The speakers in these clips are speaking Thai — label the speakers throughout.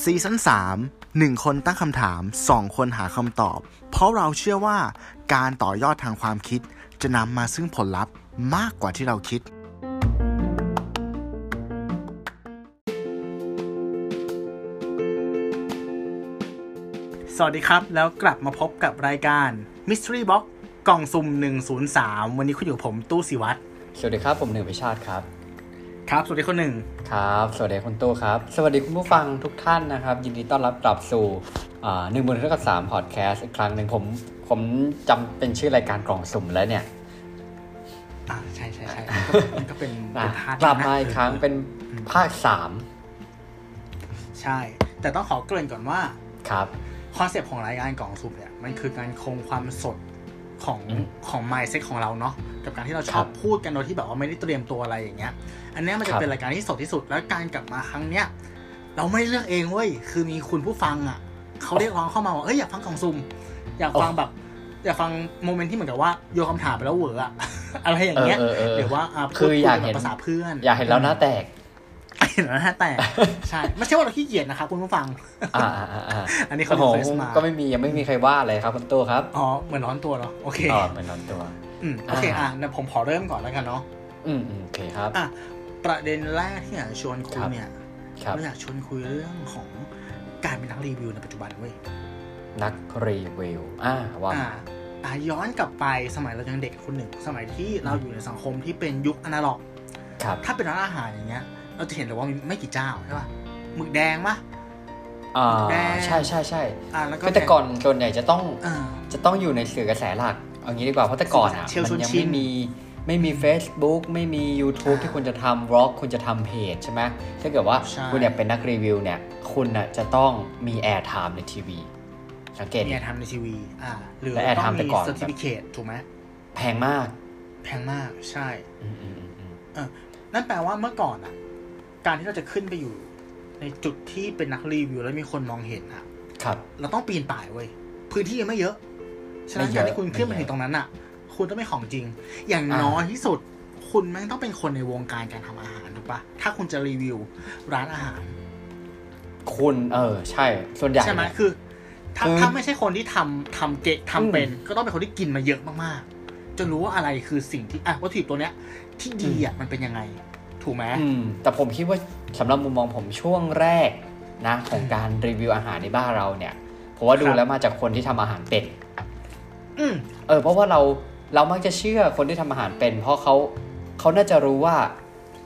Speaker 1: ซีซั่น3หนึ่งคนตั้งคำถาม 2 คนหาคำตอบ เพราะเราเชื่อว่าการต่อยอดทางความคิด จะนำมาซึ่งผลลัพธ์มากกว่าที่เราคิด สวัสดีครับ แล้วกลับมาพบกับรายการ Mystery Box กล่องซุ่ม 103 วันนี้คุณอยู่กับผมตู้สิวัตร
Speaker 2: สวัสดีครับผมหนึ่งวิชาติครับ
Speaker 1: ครับ สวัสดีคนหนึ่ง
Speaker 2: ครับ สวัสดีคุณตู้ครับ สวัสดีคุณผู้ฟังทุกท่านนะครับ ยินดีต้อนรับกลับสู่หนึ่งบนเท่ากับสามพอดแคสต์อีกครั้งหนึ่งผมผมจำเป็นชื่อรายการกล่องสุ่มแล้วเนี่ย
Speaker 1: อ่าใช่ใช่ใช่ก็เป็น
Speaker 2: อ่ะ
Speaker 1: เป็นพาร์ท
Speaker 2: กลับมา
Speaker 1: นะ
Speaker 2: อีกครั้งเป็นภาคสาม
Speaker 1: ใช่ แต่ต้องขอเกริ่นก่อนว่า
Speaker 2: ครับ
Speaker 1: คอนเซปต์ของรายการกล่องสุ่มเนี่ยมันคือการคงความสดของ
Speaker 2: อืม
Speaker 1: ของ mindset ของเราเนาะกับการที่เราชอบ
Speaker 2: ครับ
Speaker 1: พูดกันโดยที่แบบว่าไม่ได้เตรียมตัวอะไรอย่างเงี้ย อันเนี้ยมันจะ
Speaker 2: ครับ
Speaker 1: เป็นรายการที่สดที่สุดแล้วการกลับมาครั้งเนี้ยเราไม่ได้เลือกเองเว้ยคือมีคุณผู้ฟังอ่ะเขาเรียกร้องเข้ามาว่าเอ้ยอยากฟังกล่องสุ่มอยากฟังแบบอยากฟังโมเมนต์ที่เหมือนกับว่าโยนคำถามไปแล้วเหวออะ อะไรอย่าง
Speaker 2: เออ
Speaker 1: เงี้ย
Speaker 2: เออเออ
Speaker 1: หรือว่าะพูด
Speaker 2: คืออยาก
Speaker 1: คุ
Speaker 2: เห็
Speaker 1: แบบ
Speaker 2: น
Speaker 1: ภาษาเพื่อน
Speaker 2: อยากเห็นแล้วหน้าแตก
Speaker 1: เห็นแล้วนะแต่ใช่ไม่ใช่ว่าเราขี้เกียจนะครับคุณผู้ฟัง
Speaker 2: อ่าอ่าอ่าอ่า
Speaker 1: อันนี้เขา
Speaker 2: โอ้โห
Speaker 1: request มา
Speaker 2: ก็ไม่มียังไม่มีใครว่าอะไรครับคุณตู้ครับ
Speaker 1: อ๋อเหมือนร้อนตัวเหรอโอเค
Speaker 2: อ๋อเป็นนอนตัว
Speaker 1: อืมโอเค อ่ะเดี๋ยวผมขอเริ่มก่อนแล้วกันเนาะ
Speaker 2: อืมอืมโอเคครับ
Speaker 1: อ่ะประเด็นแรกที่อยากจะชวนคุยเนี่ย
Speaker 2: ครับ
Speaker 1: เราอยากชวนคุยเรื่องของการเป็นนักรีวิวในปัจจุบันเว้ย
Speaker 2: นักรีวิวอ่าว่า
Speaker 1: อ่ะอ่ะย้อนกลับไปสมัยเรายังเด็กคนหนึ่ง สมัยที่เราอยู่ในสังคมที่เป็นยุคอนาล็อก
Speaker 2: ครับ
Speaker 1: ถ้าเป็นร้านอาหารอย่างเงี้ย เราจะเห็นเลยว่ามีไม่กี่เจ้าใช่ป่ะหมึกแดงปะ
Speaker 2: อ่า
Speaker 1: แดง
Speaker 2: ใช่ใช่ใช่
Speaker 1: อ่ะแล้วก็
Speaker 2: ก็แต่ก่อนส่วนใหญ่จะต้อง
Speaker 1: เออ
Speaker 2: จะต้องอยู่ในสื่อกระแสหลัก เอางี้ดีกว่า เพราะแต่ก่อนอ่ะ
Speaker 1: เชลช
Speaker 2: มั
Speaker 1: วน
Speaker 2: ยั
Speaker 1: ชิ
Speaker 2: ไม่
Speaker 1: น
Speaker 2: มี ไม่มี Facebook ไม่มี YouTube ที่คุณจะทำบล็อก คุณจะทำเพจใช่ไหมถ้าเกิดว่า
Speaker 1: ใช่
Speaker 2: คุณอยากเป็นนักรีวิวเนี่ย คุณน่ะจะต้องมีแอร์ไทม์ในทีวี สังเกตดิ
Speaker 1: เนี่ยทำในทีวีอ่ะหรือ
Speaker 2: และแอร์
Speaker 1: ต้อ
Speaker 2: ทำ
Speaker 1: ง
Speaker 2: แต่
Speaker 1: มี
Speaker 2: ก่อน
Speaker 1: เซอร์ติฟิเคตถูกไหม
Speaker 2: แพงมาก
Speaker 1: แพงมากใช่
Speaker 2: อืมอืมอืมอืม
Speaker 1: นั่นแปลว่าเมื่อก่อนอ่ะ การที่เราจะขึ้นไปอยู่ ในจุดที่เป็นนักรีวิวแล้วมีคนมองเห็นอ่ะ
Speaker 2: ครับ
Speaker 1: เราต้องปีนป่ายเว้ย พื้นที่ยังไม่เยอะ ฉะนั้น
Speaker 2: ไม่เย
Speaker 1: การ
Speaker 2: อะ
Speaker 1: ที่คุณขึ้นไป
Speaker 2: ไม่เยอะ
Speaker 1: ถึงตรงนั้นอ่ะ คุณต้องเป็นของจริง อย่าง
Speaker 2: อ่า
Speaker 1: น้อยที่สุด คุณแม่งต้องเป็นคนในวงการการทำอาหารถูกปะถ้าคุณจะรีวิวร้านอาหาร
Speaker 2: คุณเออ ใช่ ส่วนใหญ่
Speaker 1: ใช่ไหม
Speaker 2: เนี่ย
Speaker 1: คือ ถ้า
Speaker 2: คือ
Speaker 1: ถ้าไม่ใช่คนที่ทำทำเกะทำเป็น
Speaker 2: อืม
Speaker 1: ก็ต้องเป็นคนที่กินมาเยอะมากๆ จนรู้ว่าอะไรคือสิ่งที่อ่ะวัตถุดิบตัวเนี้ย ที่ดีอ่ะมันเป็นยังไง ถูกไหม
Speaker 2: ืม แต่ผมคิดว่าสำหรับมุมมองผมช่วงแรกนะ ของการรีวิวอาหารในบ้านเราเนี่ยผมว่าดู
Speaker 1: ครับ
Speaker 2: แล้วมาจากคนที่ทำอาหารเป็น
Speaker 1: อืม
Speaker 2: เออเพราะว่าเราเรามักจะเชื่อคนที่ทำอาหารเป็น เพราะเขาเขาน่าจะรู้ว่า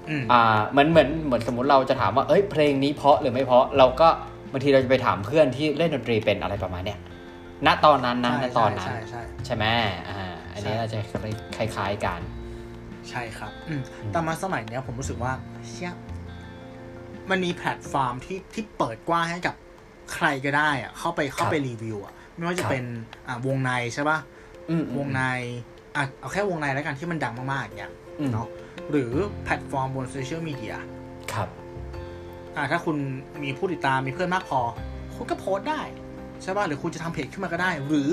Speaker 1: อืม
Speaker 2: อ่าเหมือนเหมือนเหมือนสมมติเราจะถามว่าเอ้ยเพลงนี้เพราะหรือไม่เพราะเราก็บางทีเราจะไปถามเพื่อนที่เล่นดนตรีเป็นอะไรประมาณเนี้ยณตอนนั้นนะณตอนนั้น
Speaker 1: ใช่ใช่
Speaker 2: ใช่ไหมอ่าอันนี้
Speaker 1: ใช่
Speaker 2: เราจะคล้ายๆกัน
Speaker 1: ใช่ครับ อืม
Speaker 2: อืม
Speaker 1: แต่มาสมัยเนี้ยผมรู้สึกว่าเชี่ยมันมีแพลตฟอร์มที่ที่เปิดกว้างให้กับใครก็ได้อะเข้าไปเข้าไปรีวิวอะไม่ว่าจะเป็นอ่ะวงในใช่ป่ะ
Speaker 2: อืมอืม
Speaker 1: วงในอ่ะเอาแค่วงในแล้วกันที่มันดังมากๆอย่างเงี้ย
Speaker 2: อืม
Speaker 1: เนาะ หรือแพลตฟอร์มบนโซเชียลมีเดีย
Speaker 2: ครับ
Speaker 1: อ่ะถ้าคุณมีผู้ติดตามมีเพื่อนมากพอ คุณก็โพสต์ได้ ใช่ป่ะหรือคุณจะทำเพจขึ้นมาก็ได้ หรือ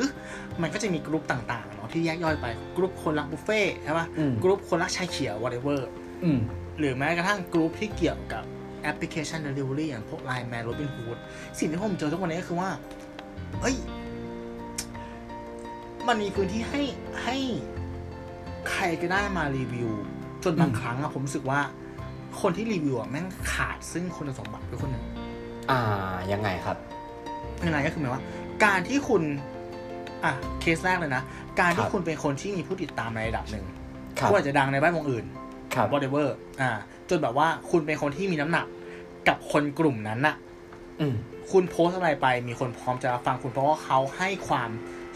Speaker 1: มันก็จะมีกลุ่มต่างๆเนาะที่แยกย่อยไปกลุ่มคนรักบุฟเฟ่ต์ใช่ป่ะ
Speaker 2: อืม
Speaker 1: กลุ่มคนรักชาเขียว whatever
Speaker 2: อืม
Speaker 1: หรือแม้กระทั่งกลุ่มที่เกี่ยวกับแอปพลิเคชัน delivery อย่างพวก Line Man Robin Hood สิ่งที่ผมเจอทุกวันนี้ก็คือว่า เอ้ย มันมีพื้นที่ให้ให้ใครก็ได้มารีวิว จนบางครั้งอะผมรู้สึกว่า คนที่รีวิวอะแม่งขาดซึ่งคุณสมบัติไปคนหนึ่ง
Speaker 2: อ่ายังไงครับ
Speaker 1: ยังไงก็คือหมายว่า การที่คุณ อ่ะ เคสแรกเลยนะ การที่
Speaker 2: ครับ
Speaker 1: คุณเป็นคนที่มีผู้ติดตามในระดับหนึ่ง
Speaker 2: ครับ
Speaker 1: คุณอาจจะดังในแวดวงอื่น
Speaker 2: ครับ
Speaker 1: whatever อ่า จนแบบว่าคุณเป็นคนที่มีน้ำหนักกับคนกลุ่มนั้นน่ะ
Speaker 2: อืม
Speaker 1: คุณโพสต์อะไรไป มีคนพร้อมจะรับฟังคุณเพราะว่าเขาให้ความ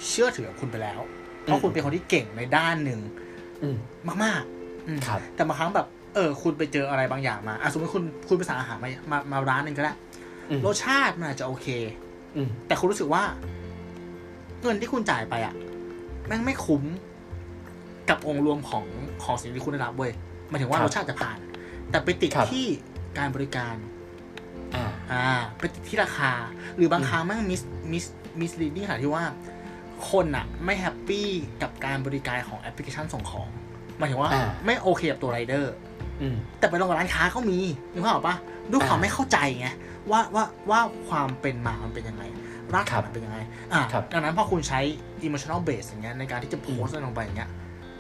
Speaker 1: เชื่อถือกับคุณไปแล้ว เพราะคุณเป็นคนที่เก่งในด้านหนึ่ง
Speaker 2: อืม
Speaker 1: มากๆอืม
Speaker 2: ครับ
Speaker 1: แต่บางครั้งแบบ เออ คุณไปเจออะไรบางอย่างมาอ่ะสมมติคุณคุณไปสั่งอาหารมามามาร้านหนึ่งก็ได้
Speaker 2: อืม
Speaker 1: รสชาติมันอาจจะโอเค
Speaker 2: อืม
Speaker 1: แต่คุณรู้สึกว่า เงินที่คุณจ่ายไปอ่ะแม่งไม่คุ้มกับองค์รวมของของสิ่งที่คุณได้รับเว้ยหมายถึงว่า
Speaker 2: ครั
Speaker 1: ร
Speaker 2: บ
Speaker 1: สชาติจะผ่าน แต่ไปติด
Speaker 2: ครับ
Speaker 1: ที่การบริการ
Speaker 2: อ่า
Speaker 1: อ่าไปติดที่ราคา หรือบางครั้งแม่งมิสมิสมิสลีดดิ้งค่ะที่ว่า คนอะไม่แฮปปี้กับการบริการของแอปพลิเคชันส่งของหมายถึงว่า
Speaker 2: อ่า
Speaker 1: ไม่โอเคกับตัวไรเดอร์
Speaker 2: อืม
Speaker 1: แต่ไปลงกับร้านค้าก็มีนึกภาพออกปะด้วยความ
Speaker 2: อ่า
Speaker 1: ไม่เข้าใจไงว่าว่าว่าความเป็นมามันเป็นยังไงรากฐานมันเป็นยังไง อ่ะ
Speaker 2: ครับ
Speaker 1: ดังนั้นพอคุณใช้ emotional base อย่างเงี้ยในการที่จะโพสต์อะไรลงไปอย่างเงี้ย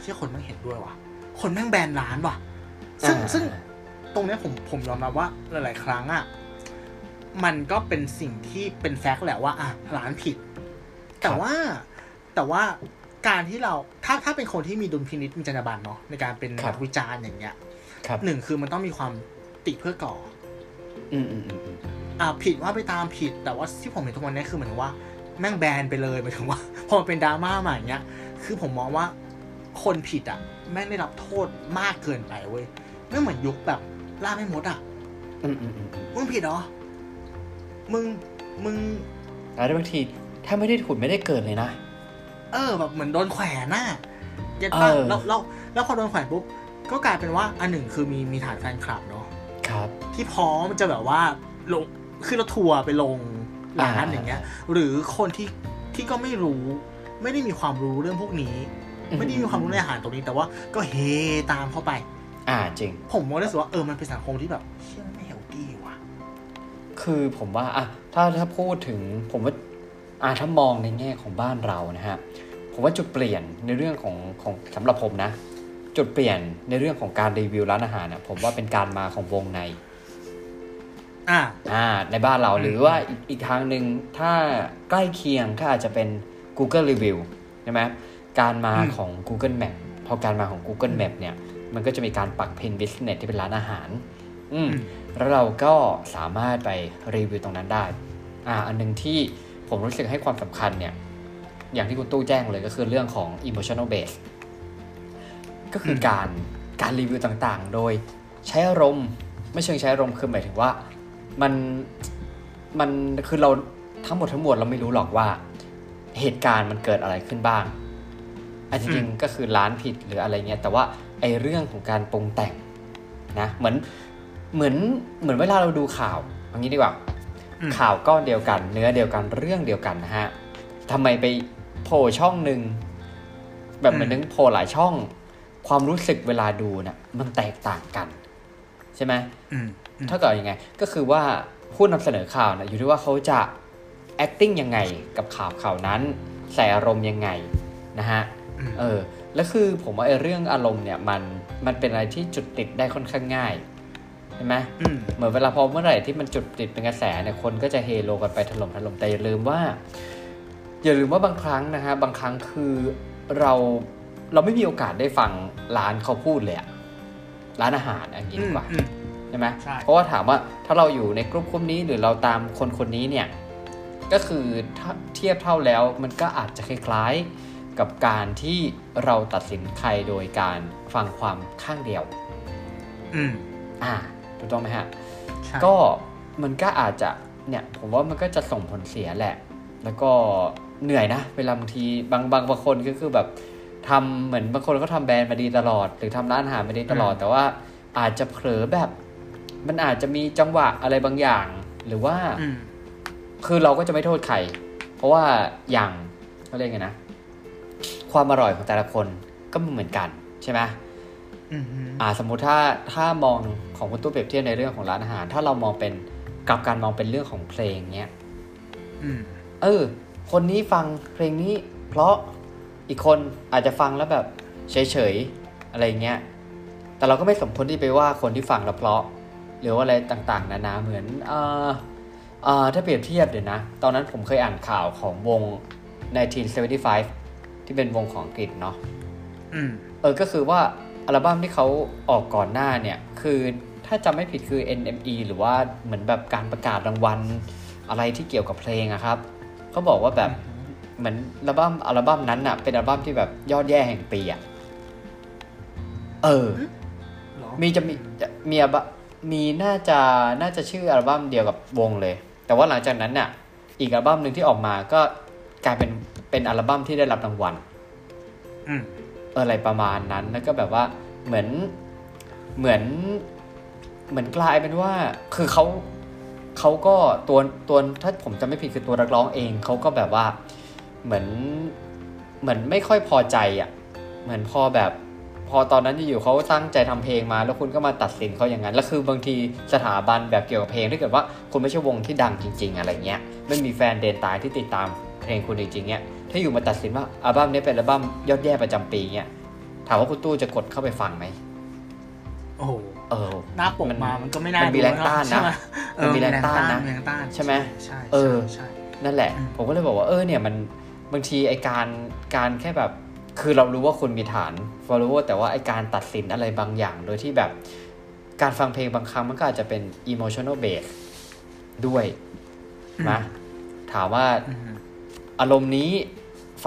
Speaker 1: เชื่อคนแม่งเห็นด้วยว่ะ คนแม่งแบนร้านว่ะ ซึ่ง
Speaker 2: อ่า
Speaker 1: ซึ่งตรงเนี้ยผมผมยอมรับว่าหลาย ๆ ครั้งอ่ะมันก็เป็นสิ่งที่เป็นแฟกต์แหละว่าอ่ะร้านผิด แต่ว่าแต่ว่าการที่เราถ้าถ้าเป็นคนที่มีดุลพินิษมีจรรยาบรรณเนาะในการเป็น
Speaker 2: ครับ
Speaker 1: นักวิจารณ์อย่างเงี้ย
Speaker 2: ครับ
Speaker 1: หนึ่งคือมันต้องมีความติเพื่อก่อ
Speaker 2: อืมอืมอืมอืม
Speaker 1: อ่าผิดว่าไปตามผิด แต่ว่าที่ผมเห็นทุกวันนี้คือเหมือนกับว่าแม่งแบนไปเลยหมายถึงว่า พอมันเป็นดราม่ามาอย่างเงี้ย คือผมมองว่าคนผิดอ่ะ แม่งได้รับโทษมากเกินไปเว้ยไม่เหมือนยุคแบบล่าไม่มดอ่ะ
Speaker 2: อืมอืมอืมอืม
Speaker 1: มึงผิดเหรอ มึงมึง
Speaker 2: แล้วบางทีถ้าไม่ได้ขุดไม่ได้เกิดเลยนะ
Speaker 1: เออแบบเหมือนโดนแขวนน่ะเย็นป่ะ
Speaker 2: เออ
Speaker 1: แล้วแล้วแล้วพอโดนแขวนปุ๊บก็กลายเป็นว่าอันหนึ่งคือมีมีฐานแฟนคลับเนาะ
Speaker 2: ครับ
Speaker 1: ที่พร้อมจะแบบว่าลงขึ้นรถทัวร์ไปลงร้าน
Speaker 2: อ่า
Speaker 1: อย่างเงี้ย หรือคนที่ที่ก็ไม่รู้ ไม่ได้มีความรู้เรื่องพวกนี้ ไม่ได้มีความรู้ในอาหารตรงนี้ แต่ว่าก็เฮตามเข้าไป
Speaker 2: อ่าจริง
Speaker 1: ผมมองได้สึกว่าเออมันเป็นสังคมที่แบบเชื่อไม่เฮลตี้ว่ะ
Speaker 2: คือผมว่าอ่ะถ้าถ้าพูดถึงผมว่าอ่ะถ้ามองในแง่ของบ้านเรานะฮะผมว่าจุดเปลี่ยนในเรื่องของของสำหรับผมนะ จุดเปลี่ยนในเรื่องของการรีวิวร้านอาหารนะผมว่าเป็นการมาของวงใน
Speaker 1: อ่า
Speaker 2: อ่าในบ้านเรา
Speaker 1: อืม
Speaker 2: หรือว่าอีกอีกทางหนึ่งถ้าใกล้เคียงก็อาจจะเป็น Google Review ใช่ไหมการมาของ Google Map พอการมาของ Google Map เนี่ย มันก็จะมีการปักเพน business ที่เป็นร้านอาหาร อืม แล้วเราก็สามารถไปรีวิวตรงนั้นได้ อ่า อันหนึ่งที่ผมรู้สึกให้ความสำคัญเนี่ย อย่างที่คุณตู้แจ้งเลยก็คือเรื่องของ emotional base ก็คืออ
Speaker 1: ม
Speaker 2: การการรีวิวต่างๆ โดยใช้อารมณ์ ไม่เชิงใช้อารมณ์คือหมายถึงว่า มัน มันคือเราทั้งหมดทั้งมวลเราไม่รู้หรอกว่า เหตุการณ์มันเกิดอะไรขึ้นบ้างอาจจะจริงๆก็คือร้านผิดหรืออะไรเงี้ย แต่ว่าไอเรื่องของการปรุงแต่งนะเหมือนเหมือนเหมือนเวลาเราดูข่าวเอางี้ดีกว่า
Speaker 1: อืม
Speaker 2: ข่าวก้อนเดียวกัน เนื้อเดียวกันเรื่องเดียวกันนะฮะทำไมไปโผล่ช่องหนึ่งแบบเหมือน
Speaker 1: อืม
Speaker 2: นึงโผล่หลายช่อง ความรู้สึกเวลาดูน่ะมันแตกต่างกัน ใช่ไหม
Speaker 1: อืมอืม
Speaker 2: เท่ากับยังไง ก็คือว่าผู้นำเสนอข่าวนะอยู่ที่ว่าเขาจะ acting ยังไงกับข่าวข่าวนั้น ใส่อารมณ์ยังไงนะฮะ
Speaker 1: อืม
Speaker 2: เออ แล้วคือผมว่าไอ้เรื่องอารมณ์เนี่ยมันมันเป็นอะไรที่จุดติดได้ค่อนข้างง่ายใช่ไหม
Speaker 1: อืม
Speaker 2: เหมือนเวลาพอเมื่อไหร่ที่มันจุดติดเป็นกระแสเนี่ยคนก็จะเฮโลกันไปถล่มถล่มแต่อย่าลืมว่า อย่าลืมว่าบางครั้งนะฮะบางครั้งคือเราเราไม่มีโอกาสได้ฟังร้านเขาพูดเลยอะร้านอาหารอันนี้ดีกว่า ใช่ไหม
Speaker 1: ใช่
Speaker 2: เพราะว่าถามว่าถ้าเราอยู่ในกลุ่มกลุ่มนี้หรือเราตามคนคนนี้เนี่ย ก็คือถ้าเทียบเท่าแล้วมันก็อาจจะคล้ายๆกับการที่เราตัดสินใครโดยการฟังความข้างเดียว
Speaker 1: อืม
Speaker 2: อ่าถูกต้องไหมฮะ
Speaker 1: ใช่
Speaker 2: ก็มันก็อาจจะเนี่ยผมว่ามันก็จะส่งผลเสียแหละ แล้วก็เหนื่อยนะ เวลาบางทีบางบางบางคนก็คือแบบทำเหมือนบางคนก็ทำแบรนด์มาดีตลอด หรือทำร้านอาหารมาดีตลอด แต่ว่าอาจจะเผลอแบบ มันอาจจะมีจังหวะอะไรบางอย่าง หรือว่า
Speaker 1: อืม
Speaker 2: คือเราก็จะไม่โทษใคร เพราะว่าอย่างเขาเรียกไงนะ ความอร่อยของแต่ละคนก็ไม่เหมือนกันใช่ไหม
Speaker 1: อืม
Speaker 2: อ่าสมมุติถ้าถ้ามองของคุณตู้เปรียบเทียบในเรื่องของร้านอาหาร ถ้าเรามองเป็นกลับการมองเป็นเรื่องของเพลงเนี้ย
Speaker 1: อืม
Speaker 2: เออ คนนี้ฟังเพลงนี้ เพราะอีกคนอาจจะฟังแล้วแบบเฉยๆอะไรเงี้ยแต่เราก็ไม่สมควรที่ไปว่าคนที่ฟังแล้วเพราะ หรือว่าอะไรต่างๆนานาเหมือนเอ่อเอ่อถ้าเปรียบเทียบเดี๋ยวนะ ตอนนั้นผมเคยอ่านข่าวของวง 1975 ที่เป็นวงของอังกฤษเนาะ
Speaker 1: อืม
Speaker 2: เออ ก็คือว่าอัลบั้มที่เขาออกก่อนหน้าเนี่ย คือถ้าจำไม่ผิดคือ NME หรือว่าเหมือนแบบการประกาศรางวัลอะไรที่เกี่ยวกับเพลงอะครับ เขาบอกว่าแบบเหมือนอัลบั้มอัลบั้มนั้นอะเป็นอัลบั้มที่แบบยอดแย่แห่งปีอะเออ
Speaker 1: เหรอ
Speaker 2: มีจะมีจะมีอัลบั้มมีน่าจะน่าจะชื่ออัลบั้มเดียวกับวงเลย แต่ว่าหลังจากนั้นน่ะ อีกอัลบั้มหนึ่งที่ออกมาก็กลายเป็นเป็นอัลบั้มที่ได้รับรางวัล
Speaker 1: อืม
Speaker 2: เอออะไรประมาณนั้นแล้วก็แบบว่าเหมือนเหมือนเหมือนกลายเป็นว่า คือเขาเขาก็ตัวตัวถ้าผมจำไม่ผิดคือตัวนักร้องเองเขาก็แบบว่าเหมือนเหมือนไม่ค่อยพอใจอะ่ะเหมือนพอแบบ พอตอนนั้นอยู่ๆเขาตั้งใจทำเพลงมา แล้วคุณก็มาตัดสินเขาอย่างนั้นแล้วคือบางทีสถาบันแบบเกี่ยวกับเพลงถ้าเกิดว่าคุณไม่ใช่วงที่ดังจริง ๆ อะไรเงี้ยไม่มีแฟนเดนตายที่ติดตามเพลงคุณจริงๆเนี่ยถ้าอยู่มาตัดสินว่าอัลบั้มนี้เป็นอัลบั้มยอดแย่ประจำปีเนี่ยถามว่าคุณตู้จะกดเข้าไปฟังไหม
Speaker 1: โอ้โห
Speaker 2: เออ
Speaker 1: หน้าปกมามันก็ไม่น่า
Speaker 2: มันมีแรงต้านนะ
Speaker 1: ใช่ไหเออ
Speaker 2: มันมี
Speaker 1: มี
Speaker 2: แร
Speaker 1: แรง ง
Speaker 2: ต้า
Speaker 1: ต้านน
Speaker 2: นะ
Speaker 1: นะมีแรงต้าน
Speaker 2: ใช่ไหม
Speaker 1: ใช่
Speaker 2: เออ
Speaker 1: ใช่
Speaker 2: นั่นแหละ
Speaker 1: อืม
Speaker 2: ผมก็เลยบอกว่าเออเนี่ยมันบางทีไอการการแค่แบบ คือเรารู้ว่าคุณมีฐาน follower แต่ว่าไอการตัดสินอะไรบางอย่าง โดยที่แบบการฟังเพลงบางครั้งมันก็อาจจะเป็น emotional base ด้วยนะถามว่า
Speaker 1: อืม
Speaker 2: อารมณ์นี้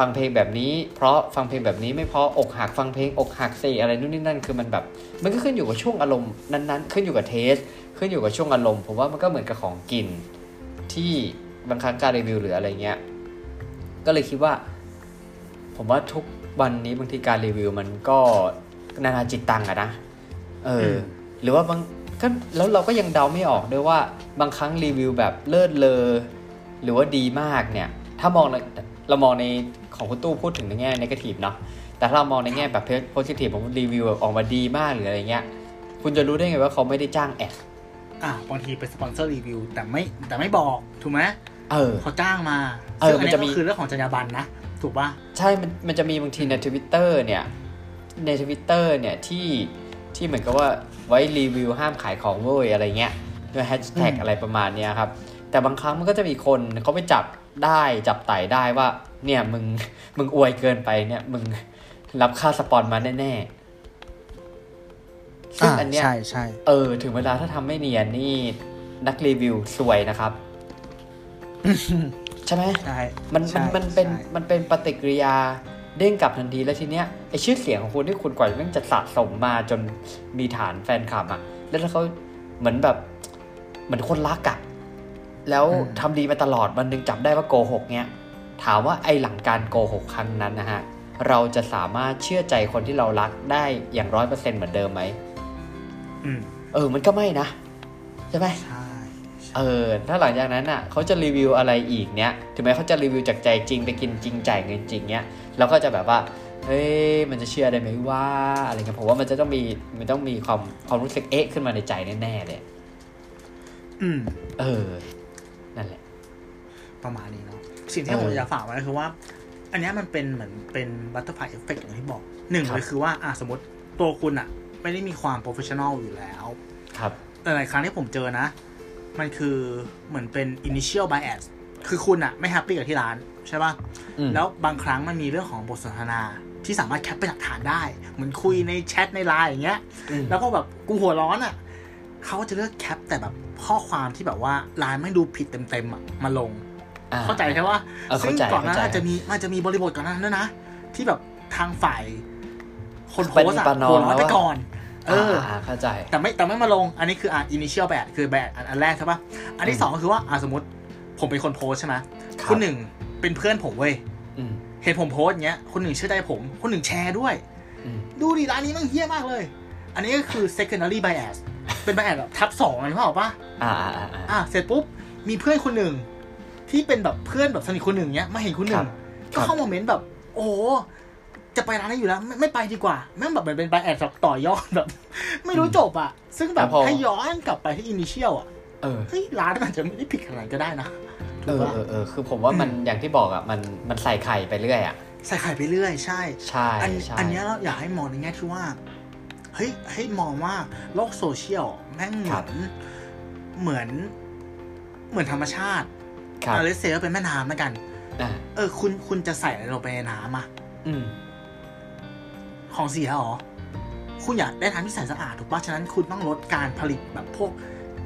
Speaker 2: ฟังเพลงแบบนี้ เพราะฟังเพลงแบบนี้ไม่เพราะอกหักฟังเพลงอกหักสิอะไรนู่นนี่นั่นคือมันแบบ มันก็ขึ้นอยู่กับช่วงอารมณ์นั้นๆ ขึ้นอยู่กับเทส ขึ้นอยู่กับช่วงอารมณ์ผมว่ามันก็เหมือนกับของกิน ที่บางครั้งการรีวิวหรืออะไรเงี้ย ก็เลยคิดว่า ผมว่าทุกวันนี้บางทีการรีวิวมันก็นานาจิตตังอะนะ เอออหรือว่าบางก็แล้วเราก็ยังเดาไม่ออกด้วยว่าบางครั้งรีวิวแบบเลิศเลอหรือว่าดีมากเนี่ย ถ้ามองในเรามองในของคุณตู้พูดถึงในแง่นกาทีฟเนาะ แต่ถ้าเรามองในแง่แบบโพสิทีฟของรีวิวแบบออกมาดีมากหรืออะไรเงี้ย คุณจะรู้ได้ไงว่าเขาไม่ได้จ้างแอด
Speaker 1: อ่ะบางทีเป็นสปอนเซอร์รีวิวแต่ไม่แต่ไม่บอกถูกไหม
Speaker 2: เออ
Speaker 1: เขาจ้างมา
Speaker 2: เออ
Speaker 1: ซึ่ง
Speaker 2: มันจะมี
Speaker 1: ก็คือเรื่องของจรรยาบรรณนะถูกป่ะ
Speaker 2: ใช่ มัน มันจะมีบางทีในทวิตเตอร์เนี่ย ในทวิตเตอร์เนี่ย ที่ ที่เหมือนกับว่าไว้รีวิวห้ามขายของเว้ยอะไรเงี้ยด้วยแฮชแท็ก
Speaker 1: อืม
Speaker 2: อะไรประมาณเนี้ยครับ แต่บางครั้งมันก็จะมีคนเขาไปจับได้จับไต่ได้ว่า เนี่ยมึง มึงอวยเกินไปเนี่ย มึงรับค่าสปอนมาแน่ๆซึ่งอันเนี้ย
Speaker 1: ใช่ใช่
Speaker 2: เออ ถึงเวลาถ้าทำไม่เนียนนี่นักรีวิวสวย นะครับ ใช่ไหม
Speaker 1: ใช่
Speaker 2: มัน
Speaker 1: ใช่
Speaker 2: มันมันเป็น
Speaker 1: ใช่
Speaker 2: มันเป็นปฏิกิริยาเด้งกลับทันทีแล้วทีเนี้ยไอชื่อเสียงของคุณที่คุณกว่ามันจะสะสมมาจนมีฐานแฟนคลับอ่ะ แล้วถ้าเขาเหมือนแบบเหมือนคนรักอ่ะแล้วทำดีมาตลอดวันหนึงจับได้ว่าโกหกเนี้ยถามว่าไอหลังการโกหกครั้งนั้นนะฮะ เราจะสามารถเชื่อใจคนที่เรารักได้อย่างร้อยเปอร์เซ็นต์เหมือนเดิมไหม
Speaker 1: อืม
Speaker 2: เออมันก็ไม่นะใช่ไหม
Speaker 1: ใช่
Speaker 2: เออ ถ้าหลังจากนั้นอ่ะ เขาจะรีวิวอะไรอีกเนี้ย ถึงแม้เขาจะรีวิวจากใจจริงไปกินจริงจ่ายเงินจริงเนี้ย เราก็จะแบบว่า เฮ้ย มันจะเชื่อได้ไหมว่าอะไรเงี้ย ผมว่ามันจะต้องมี มันต้องมีความความรู้สึกเอ๊ะขึ้นมาในใจแน่ๆเลย
Speaker 1: อืม
Speaker 2: เออ นั่นแหละ
Speaker 1: ประมาณนี้เนาะสิ่ง
Speaker 2: เอ
Speaker 1: ที่
Speaker 2: อ
Speaker 1: ผมอยากฝากไว้คือว่า อันเนี้ยมันเป็นเหมือนเป็นบัตเตอร์ฟลายเอฟเฟกต์อย่างที่บอกหนึ่ง
Speaker 2: ครับ
Speaker 1: เลยคือว่าอ่ะสมมติตัวคุณอะไม่ได้มีความโปรเฟชชั่นอลอยู่แล้ว
Speaker 2: ครับ
Speaker 1: แต่หลายครั้งที่ผมเจอนะ มันคือเหมือนเป็น initial bias คือคุณอะไม่แฮปปี้กับที่ร้าน ใช่ป่ะ
Speaker 2: อืม
Speaker 1: แล้วบางครั้งมันมีเรื่องของบทสนทนาที่สามารถแคปเป็นหลักฐานได้ เหมือนคุยในแชทในไลน์อย่างเงี้ย
Speaker 2: อืม
Speaker 1: แล้วก็แบบกูหัวร้อนอะ่ะเขาก็จะเลือกแคปแต่แบบข้อความที่แบบว่าไลน์ไม่ดูผิดเต็มๆอะมาลง
Speaker 2: อ่
Speaker 1: เข้าใจใช่ปะ
Speaker 2: เออ
Speaker 1: ซึ่
Speaker 2: เข้าง ใจ
Speaker 1: ก่อนหน้า
Speaker 2: เข้าใจ
Speaker 1: นั้นอาจจะมีอาจจะมีบริบทก่อนหน้านั้นด้วยนะ ที่แบบทางฝ่าย คนโพสต์อะ
Speaker 2: ประนีประนอม
Speaker 1: หัวร้อนไป
Speaker 2: แล้วอะ
Speaker 1: ก่อน เออ
Speaker 2: าาเข้าใจ
Speaker 1: แต่ไม่แต่ไม่มาลง อันนี้คืออ่ะ initial bad คือ bad อันอันแรกใช่ปะอันที่สองก็คือว่าอ่ะสมมติผมเป็นคนโพสต์ใช่ไหม
Speaker 2: ครับ
Speaker 1: คุณหนึ่งเป็นเพื่อนผมเว้ย
Speaker 2: อืม
Speaker 1: เห็นผมโพสต์เงี้ยคนหนึ่งเชื่อใจผม คนหนึ่งแชร์ด้วย
Speaker 2: อืม
Speaker 1: ดูดิร้านนี้มันเฮี้ยมากเลย อันนี้ก็คือ secondary bias เป็น bias แบบทับสองอันนี้เปล่าปะ
Speaker 2: อ่าอ่าอ่าอ่า
Speaker 1: อ่ะเสร็จปุ๊บมีเพื่อนคนหนึ่ง ที่เป็นแบบเพื่อนแบบสนิทคนหนึ่งเนี้ยมาเห็นคนหนึ่
Speaker 2: ครั
Speaker 1: ง
Speaker 2: บ
Speaker 1: ก็เข้ามาเม้นแบบ โอ้โหจะไปร้านนี้อยู่แล้วไม่ไม่ไปดีกว่าแม่งแบบเหมือนเป็นไปแอดแบบต่อยอดแบบ ไม่รู้จบอ่ะ ซึ่งแบ
Speaker 2: แล้
Speaker 1: บ
Speaker 2: วพอ
Speaker 1: ถ้าย้อนกลับไปที่อินิเชียลอ่ะ
Speaker 2: เออ
Speaker 1: เฮ้ยร้านอาจจะไม่ได้ผิดขนาดนั้นก็ได้นะถู
Speaker 2: เอกอ
Speaker 1: ป่ะ
Speaker 2: เออเออคือผมว่ามันอย่างที่บอกอ่ะ มัน มันใส่ไข่ไปเรื่อยอ่ะ
Speaker 1: ใส่ไข่ไปเรื่อยใช่
Speaker 2: ใช่
Speaker 1: อัน
Speaker 2: ใช่
Speaker 1: อันเนี้ยเราอยากให้มองในแง่ที่ว่า เฮ้ยให้มองว่าโลกโซเชียลแม่งเห
Speaker 2: ค
Speaker 1: มื
Speaker 2: รั
Speaker 1: อบ นเหมือน เหมือนธรรมชาติ
Speaker 2: ครับ
Speaker 1: อาเลเซลเป็นแม่น้ำแล้วกัน
Speaker 2: อ่า
Speaker 1: เออคุณคุณจะใส่อะไรลงไปในน้ำอะ
Speaker 2: อืม
Speaker 1: ของเสียเหรอ คุณอยากได้น้ำที่ใสสะอาดถูกปะฉะนั้นคุณต้องลดการผลิตแบบพวก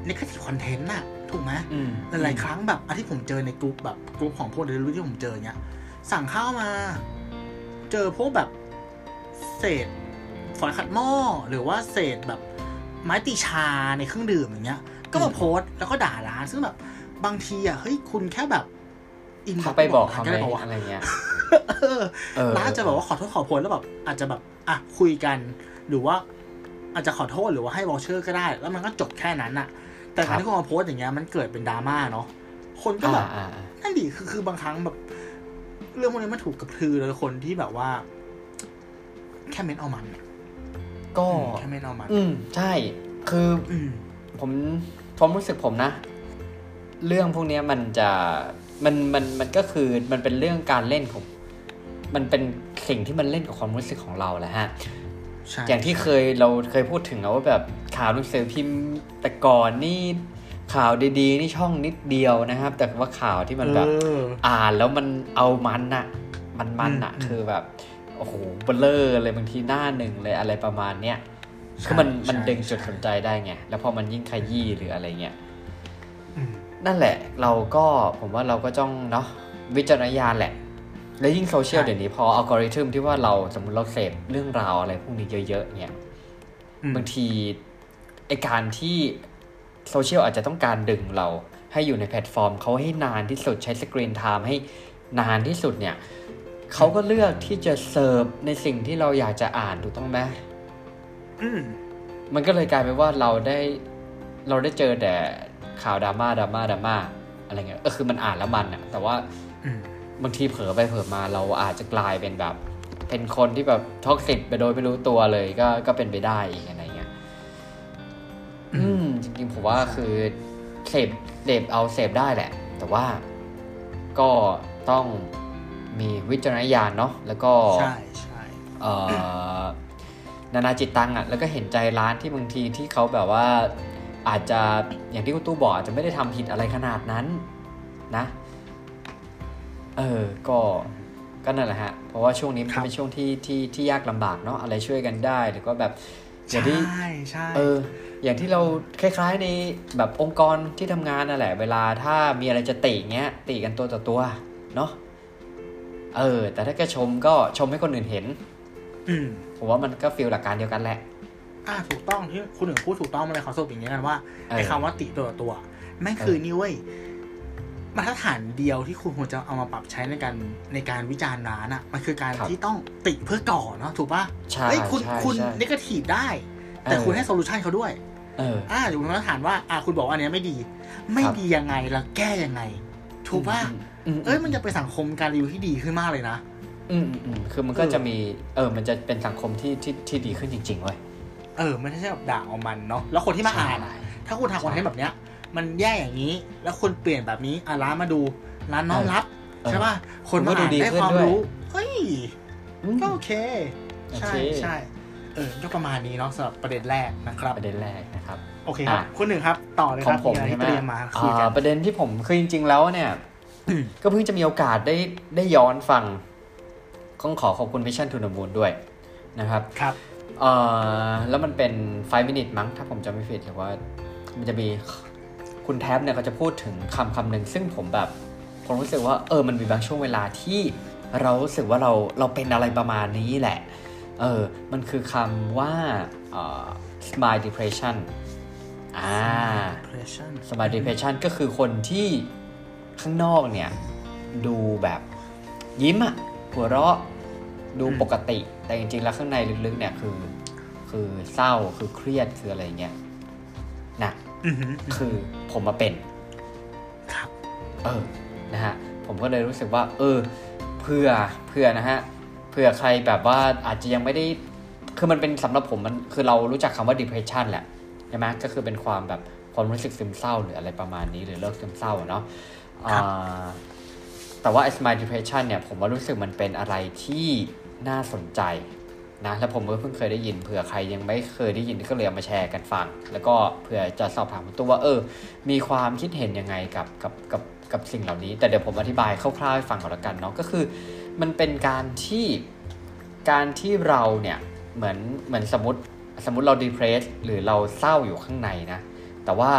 Speaker 1: น e g a t i v e content น่ะ ถูกไหม
Speaker 2: อืม
Speaker 1: หลายๆครั้งแบบอันที่ผมเจอในกลุ่มแบบกลุ่มของพวกเดลิเวอรี่ที่ผมเจอเนี้ย สั่งข้าวมา เจอพวกแบบเศษฝอยขัดหม้อหรือว่าเศษแบบไม้ตีชาในเครื่องดื่มอย่างเงี้ย ก็มาโพสต์แล้วก็ด่าร้านซึ่งแบบบางทีอ่ะเฮ้ยคุณแค่แบบ inbox
Speaker 2: ถ้าไปบอกเขา
Speaker 1: ร้านก็ได้
Speaker 2: ไหม
Speaker 1: ปะวะ
Speaker 2: อะไรเงี้ย
Speaker 1: เออ
Speaker 2: เออ
Speaker 1: ร้านจะแบบว่าขอโทษขอโพยแล้วแบบอาจจะแบบอ่ะคุยกัน หรือว่า อาจจะขอโทษหรือว่าให้วอลเชอร์ก็ได้ แล้วมันก็จบแค่นั้นอะแต่การที่คนมาโพสต์อย่างเงี้ยมันเกิดเป็นดราม่าเนาะคนก็
Speaker 2: อ่า
Speaker 1: แบบ
Speaker 2: อ่าอ่า
Speaker 1: นั่นดิคือคือบางครั้งแบบ เรื่องพวกนี้มันถูกกระพือโดยคนที่แบบว่า แค่เม้นเอามันอะ
Speaker 2: ก็
Speaker 1: แค่ไม่นอนมัน
Speaker 2: อืม ใช่ คือ
Speaker 1: อืม
Speaker 2: ผมผมรู้สึกผมนะ เรื่องพวกเนี้ยมันจะมันมันมันก็คือมันเป็นเรื่องการเล่นของ มันเป็นสิ่งที่มันเล่นกับความรู้สึกของเราแหละฮะ
Speaker 1: ใช่
Speaker 2: อย่างที่เคยเราเคยพูดถึงอะว่าแบบข่าวหนังสือพิมพ์แต่ก่อนนี่ข่าวดีๆ นี่ช่องนิดเดียวนะครับ แต่ว่าข่าวที่มันแบบ
Speaker 1: เออ
Speaker 2: อ่านแล้วมันเอามันน่ะ มันมันน่ะ
Speaker 1: อืม
Speaker 2: คือแบบโอ้โหเบลเลอร์เลยบางทีหน้าหนึ่งเลยอะไรประมาณเนี้ย
Speaker 1: ใช่
Speaker 2: คือมันมัน
Speaker 1: ใช่
Speaker 2: ดึงจุดส
Speaker 1: ใช่
Speaker 2: นใจได้ไง แล้วพอมันยิ่งขยี้หรืออะไรเงี้ย
Speaker 1: อืม
Speaker 2: นั่นแหละเราก็ผมว่าเราก็จ้องเนาะวิจารณญาณแหละ แล้วยิ่งโซเชียลเดี๋ยวนี้พออัลกอริทึมที่ว่าเราสมมติเราเสพเรื่องราวอะไรพวกนี้เยอะๆเนี่ย
Speaker 1: อืม
Speaker 2: บางทีไอการที่โซเชียลอาจจะต้องการดึงเราให้อยู่ในแพลตฟอร์มเขาให้นานที่สุดใช้สกรีนไทม์ให้นานที่สุดเนี่ยเขาก็เลือกที่จะเสิร์ฟในสิ่งที่เราอยากจะอ่านถูกต้องไหม
Speaker 1: อืม
Speaker 2: มันก็เลยกลายเป็นว่าเราได้เราได้เจอแต่ข่าวดราม่าดราม่าดราม่าอะไรเงี้ยก็คือมันอ่านแล้วมันอะแต่ว่า
Speaker 1: อืม
Speaker 2: บางทีเผลอไปเผลอมาเราอาจจะกลายเป็นแบบ เป็นคนที่แบบท็อกซิกไปโดยไม่รู้ตัวเลยก็ก็เป็นไปได้อีกอะไรเงี้ยอืม จริงๆผมว่าคือเสพเสพเอาเสพได้แหละ แต่ว่าก็ต้องมีวิจารณญาณเนาะแล้วก็
Speaker 1: ใช่ใช่
Speaker 2: เอ่อนานาจิตตังอะแล้วก็เห็นใจร้านที่บางทีที่เขาแบบว่า อาจจะอย่างที่คุณตู้บอกอาจจะไม่ได้ทำผิดอะไรขนาดนั้นนะ เออ ก็ก็นั่นแหละฮะ เพราะว่าช่วงนี้มันเป็นช่วงที่ที่ที่ยากลำบากเนาะอะไรช่วยกันได้หรือก็แบบอย่างที่
Speaker 1: ใช่ใช่
Speaker 2: เออ อย่างที่เราคล้ายๆในแบบองค์กรที่ทำงานนั่นแหละ เวลาถ้ามีอะไรจะติเงี้ย ติกันตัวต่อตัวเนาะ เออ แต่ถ้าก็ชมก็ชมให้คนอื่นเห็น
Speaker 1: อืม
Speaker 2: ผมว่ามันก็ฟีลหลักการเดียวกันแหละ
Speaker 1: อ่าถูกต้องที่คุณหนึ่งพูดถูกต้องมาเลยขอสรุปอย่างนี้กันว่า
Speaker 2: เออ
Speaker 1: ไอ้คำว่าติตัวต่อตัวแม่งคือนี่เว้ยมาตรฐานเดียวที่คุณควรจะเอามาปรับใช้ในการในการวิจารณ์ร้านอะมันคือการ
Speaker 2: ครับ
Speaker 1: ที่ต้องติเพื่อก่อเนาะถูกปะ
Speaker 2: ใช่
Speaker 1: เฮ้ยคุณ
Speaker 2: ใช่
Speaker 1: คุณ
Speaker 2: ใช่
Speaker 1: นิเกทีฟได้ แต่คุณให้โซลูชันเขาด้วย
Speaker 2: เออ
Speaker 1: อ่าอยู่บนมาตรฐานว่าอ่าคุณบอกว่าอันเนี้ยไม่ดี ไม่
Speaker 2: ครับ
Speaker 1: ดียังไงแล้วแก้ยังไง ถูกปะ
Speaker 2: ม
Speaker 1: เอ้ยมันจะเป็นสังคมการรีวิวที่ดีขึ้นมากเลยนะ
Speaker 2: อืมอืมอืมคือมันก็
Speaker 1: เออ
Speaker 2: จะมี เออ มันจะเป็นสังคมที่ที่ที่ดีขึ้นจริงๆเว้ย
Speaker 1: เออไม่ใช่แบบด่าเอามันเนาะแล้วคนที่มาอ่านอะ
Speaker 2: ใช่
Speaker 1: ถ้าคุณทำคอนเทน
Speaker 2: ใช่
Speaker 1: ต์แบบเนี้ย มันแย่อย่างนี้ แล้วคุณเปลี่ยนแบบนี้อ่ะร้านมาดู ร้านน้อมรับ
Speaker 2: เออ
Speaker 1: ใช่ป่ะ คน
Speaker 2: ผม
Speaker 1: มา
Speaker 2: ว่าดู
Speaker 1: อ่าน
Speaker 2: ดี
Speaker 1: ได้
Speaker 2: ขึ้น
Speaker 1: ความ
Speaker 2: ด้วย
Speaker 1: รู้ เฮ้ย
Speaker 2: อืม
Speaker 1: ก็โอเค ใช่
Speaker 2: โอเค
Speaker 1: ใช่เออ ก็ประมาณนี้เนาะสำหรับประเด็นแรกนะครับ
Speaker 2: ประเด็นแรกนะครับ
Speaker 1: โอเคครับ
Speaker 2: อ่ะ
Speaker 1: คุณหนึ่งครับ ต่อเลย
Speaker 2: ข
Speaker 1: ค
Speaker 2: อ
Speaker 1: รั
Speaker 2: ง
Speaker 1: บ
Speaker 2: ผม
Speaker 1: อะไร
Speaker 2: ใช่
Speaker 1: ที่
Speaker 2: ไหม
Speaker 1: เตรียมมาคุยกั
Speaker 2: อ่าน ประเด็นที่ผมคือจริง ๆ แล้วเนี่ย
Speaker 1: อืม
Speaker 2: ก็เพิ่งจะมีโอกาสได้ได้ย้อนฟังก็ขอขอบคุณ Mission to the Moon ด้วยนะครับ
Speaker 1: ครับ
Speaker 2: เออแล้วมันเป็น 5 minute มั้ง ถ้าผมจำไม่ผิดหรือว่า มันจะมีคุณแท็บเนี่ยเขาจะพูดถึงคำคำหนึ่งซึ่งผมแบบ ผมรู้สึกว่าเออมันมีบางช่วงเวลาที่เรารู้สึกว่าเราเราเป็นอะไรประมาณนี้แหละ เออ มันคือคำว่าเอ่อ smile depression อ่า
Speaker 1: depression
Speaker 2: smile depression ก็คือคนที่ข้างนอกเนี่ย ดูแบบยิ้มอะหัวเราะดู
Speaker 1: อืม
Speaker 2: ปกติ แต่จริงๆแล้วข้างในลึกๆเนี่ยคือ คือเศร้าคือเครียดคืออะไรเงี้ยนะ
Speaker 1: อือหือ
Speaker 2: คือผมมาเป็น
Speaker 1: ครับ
Speaker 2: เออ นะฮะ ผมก็เลยรู้สึกว่า เออ เพื่อ เพื่อนะฮะ เพื่อใครแบบว่าอาจจะยังไม่ได้ คือมันเป็นสำหรับผมมัน คือเรารู้จักคำว่า depression แหละ ใช่ไหมก็คือเป็นความแบบความรู้สึกซึมเศร้าหรืออะไรประมาณนี้ หรือเลิกซึมเศร้าอะเนาะ
Speaker 1: ครับ
Speaker 2: อ่าแต่ว่า s m i l e depression เนี่ย ผมว่ารู้สึกมันเป็นอะไรที่น่าสนใจนะ แล้วผมก็เพิ่งเคยได้ยิน เผื่อใครยังไม่เคยได้ยินก็เลยเอามาแชร์กันฟัง แล้วก็เผื่อจะสอบถามคุณตัวว่า เออ มีความคิดเห็นยังไงกับกับกับกับสิ่งเหล่านี้ แต่เดี๋ยวผมอธิบายคร่าวๆให้ฟังก่อนละกันเนาะก็คือ มันเป็นการที่การที่เราเนี่ยเหมือนเหมือนสมมติสมมติเรา depressed หรือเราเศร้าอยู่ข้างในนะ แต่ว่า